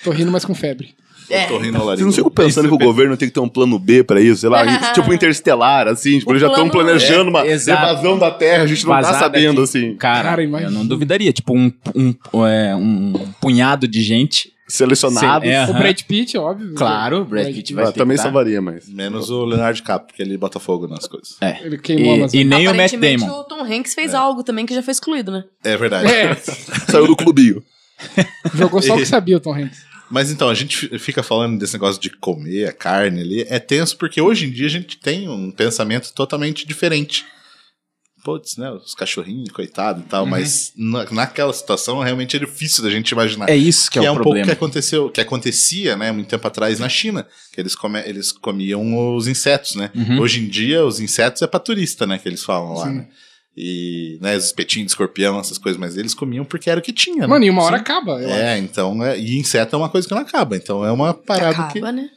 Tô rindo, mas com febre. É. Vocês Vocês não ficam pensando que o governo tem que ter um plano B pra isso? Sei lá, tipo interestelar, assim. Tipo, O eles já estão plano- planejando uma É, exato. evasão da Terra. A gente não tá Vazada sabendo, aqui. assim. Cara, Cara, eu imagina. não duvidaria. Tipo, um, um, é, um punhado de gente. Selecionados. É, O aham. Brad Pitt, óbvio. Claro, o Brad Pitt vai Ah, ter também que tá. salvaria, mas... Menos o Leonardo DiCaprio, porque ele bota fogo nas coisas. Ele E, queimou a Amazônia. e nem o Matt Aparentemente, Damon. o Tom Hanks fez algo também que já foi excluído, né? É verdade. É, Saiu do clubinho. jogou só o que sabia o Tom Hanks. Mas então, a gente fi- fica falando desse negócio de comer a carne ali. É tenso porque hoje em dia a gente tem um pensamento totalmente diferente. Putz, né? Os cachorrinhos, coitado e tal. Mas na- naquela situação realmente é difícil da gente imaginar. É isso que, é, o um pouco problema. que aconteceu, que acontecia, né, muito tempo atrás na China, que eles, come, eles comiam os insetos, né? Uhum. Hoje em dia, os insetos é pra turista, né, que eles falam lá, Sim. né? E, né, os espetinhos de escorpião, essas coisas, mas eles comiam porque era o que tinha, né? Mano, e uma hora Sim. acaba. Eu acho. É, então, é- e inseto é uma coisa que não acaba, então é uma parada acaba, que... né?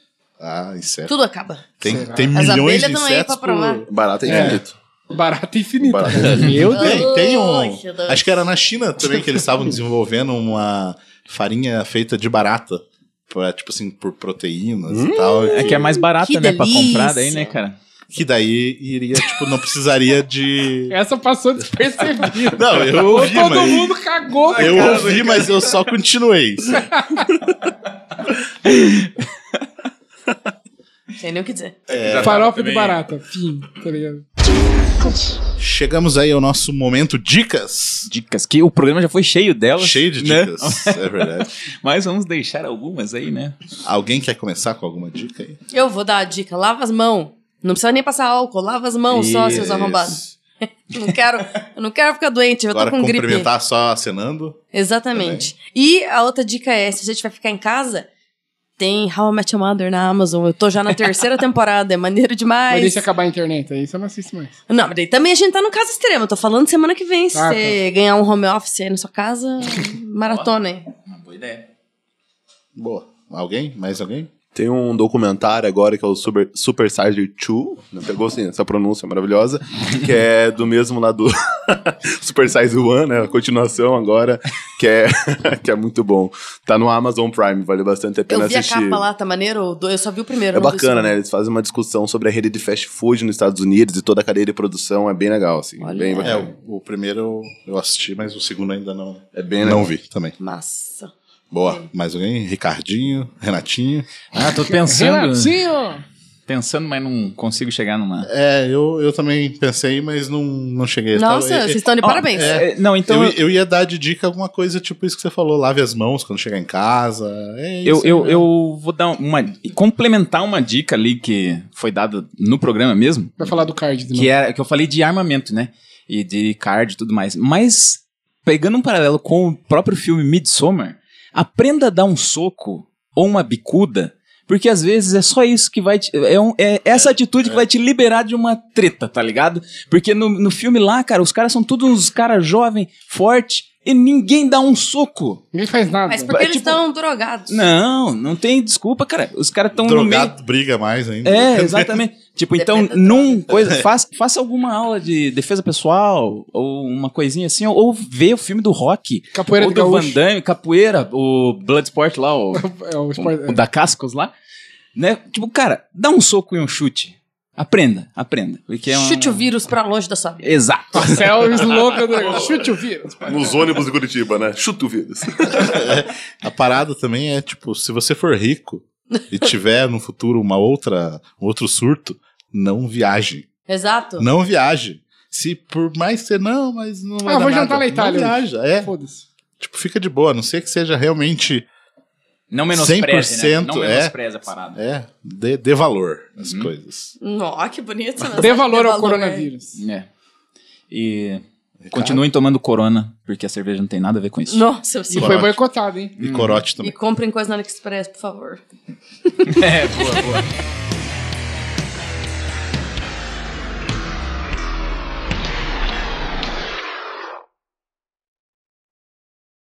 Ah, inseto. Tudo acaba. Tem, Será? tem As milhões de abelhas tão aí insetos pra provar. por... Barata é infinito. Barata infinita. Barata Meu Deus. Tem, tem um... Ai, meu Deus. Acho que era na China também que eles estavam desenvolvendo uma farinha feita de barata. pra, tipo assim, por proteínas Hum, e tal. É que é mais barata, Que né? Pra comprar daí, delícia. né, cara? que daí iria, tipo, não precisaria de. Essa passou despercebida. Não, eu ouvi, Todo mas. mundo cagou. Eu cara. ouvi, mas eu só continuei. Não sei nem o que dizer. Farofa de barata. Fim, tá ligado? Chegamos aí ao nosso momento dicas. Dicas, que o programa já foi cheio delas. Cheio de né? dicas, é verdade. Mas vamos deixar algumas aí, né? Alguém quer começar com alguma dica aí? Eu vou dar a dica: lava as mãos. Não precisa nem passar álcool, lava as mãos só, seus arrombados. Isso. Não quero, eu não quero ficar doente, eu Agora tô com gripe. cumprimentar só acenando. Exatamente. E a outra dica é: se você tiver que ficar em casa, tem How I Met Your Mother na Amazon. Eu tô já na terceira temporada, é maneiro Mas demais. deixa acabar a internet, aí você não assiste mais. Não, mas daí também a gente tá no caso extremo. Eu tô falando semana que vem. Se Ah, você ganhar um home office aí na sua casa, maratona aí. Uma boa ideia. Boa. Alguém? Mais alguém? Tem um documentário agora que é o Super, Super Size 2, né? pegou assim, essa pronúncia maravilhosa, que é do mesmo lá do Super Size 1, né, a continuação agora, que é, que é muito bom. Tá no Amazon Prime, vale bastante a pena Eu vi a assistir. capa lá, tá maneiro? Do- Eu só vi o primeiro. É não vi o bacana, né? segundo. Eles fazem uma discussão sobre a rede de fast food nos Estados Unidos e toda a cadeia de produção, é bem legal, assim. Olha. Bem É, bacana. o, o primeiro eu assisti, mas o segundo ainda não. É bem não vi também. Massa. Boa. Mais alguém? Ricardinho, Renatinho. Ah, tô pensando, Renatinho! pensando, mas não consigo chegar numa. É, eu, eu também pensei, mas não, não cheguei. Nossa, Tava- vocês estão de Ó, parabéns. é, não, então eu, eu ia dar de dica alguma coisa tipo isso que você falou, lave as mãos quando chegar em casa. É Eu, isso. né? eu, eu vou dar uma. complementar uma dica ali que foi dada no programa mesmo, Vai falar do card de novo. que, é, que eu falei de armamento, né? E de card e tudo mais. Mas, pegando um paralelo com o próprio filme Midsommar, aprenda a dar um soco ou uma bicuda, porque às vezes é só isso que vai te. É, um- é essa atitude que vai te liberar de uma treta, tá ligado? Porque no, no filme lá, cara, os caras são todos uns caras jovens, fortes, e ninguém dá um soco. Ninguém faz nada. Mas porque É, eles tipo- estão drogados. Não, não tem desculpa, cara. Os caras estão no meio. Drogado briga mais ainda. É, exatamente. tipo, então, Depende da num coisa, faça, faça alguma aula de defesa pessoal ou uma coisinha assim, ou, ou vê o filme do Rock, Capoeira ou de do Van gaúcho. Damme, capoeira, o Bloodsport lá, o, É o esporte- o da Cascos lá, né? Tipo, cara, dá um soco e um chute. Aprenda, aprenda, porque é uma... Chute o vírus pra longe da sua vida. Exato. Esse é o slogan do chute o vírus. pai. Nos ônibus de Curitiba, né? Chuta o vírus. A parada também é tipo, se você for rico e tiver no futuro uma outra, um outro surto, não viaje. Exato. Não viaje. Se por mais que você não, mas não vai Ah, dar vou jantar nada, na Itália Não viaja, é. Foda-se. Tipo, fica de boa, a não ser que seja realmente, Não menospreze, né? 100%, Não é. menospreze a parada. é, dê, dê valor às Uhum. coisas. Ó, que bonito. essa Dê mensagem. valor ao coronavírus. É. E continuem tomando corona, porque a cerveja não tem nada a ver com isso. Nossa, eu E sinto. foi Corote. boicotado, hein? E corote E também. comprem coisa na AliExpress, por favor. É, boa, boa.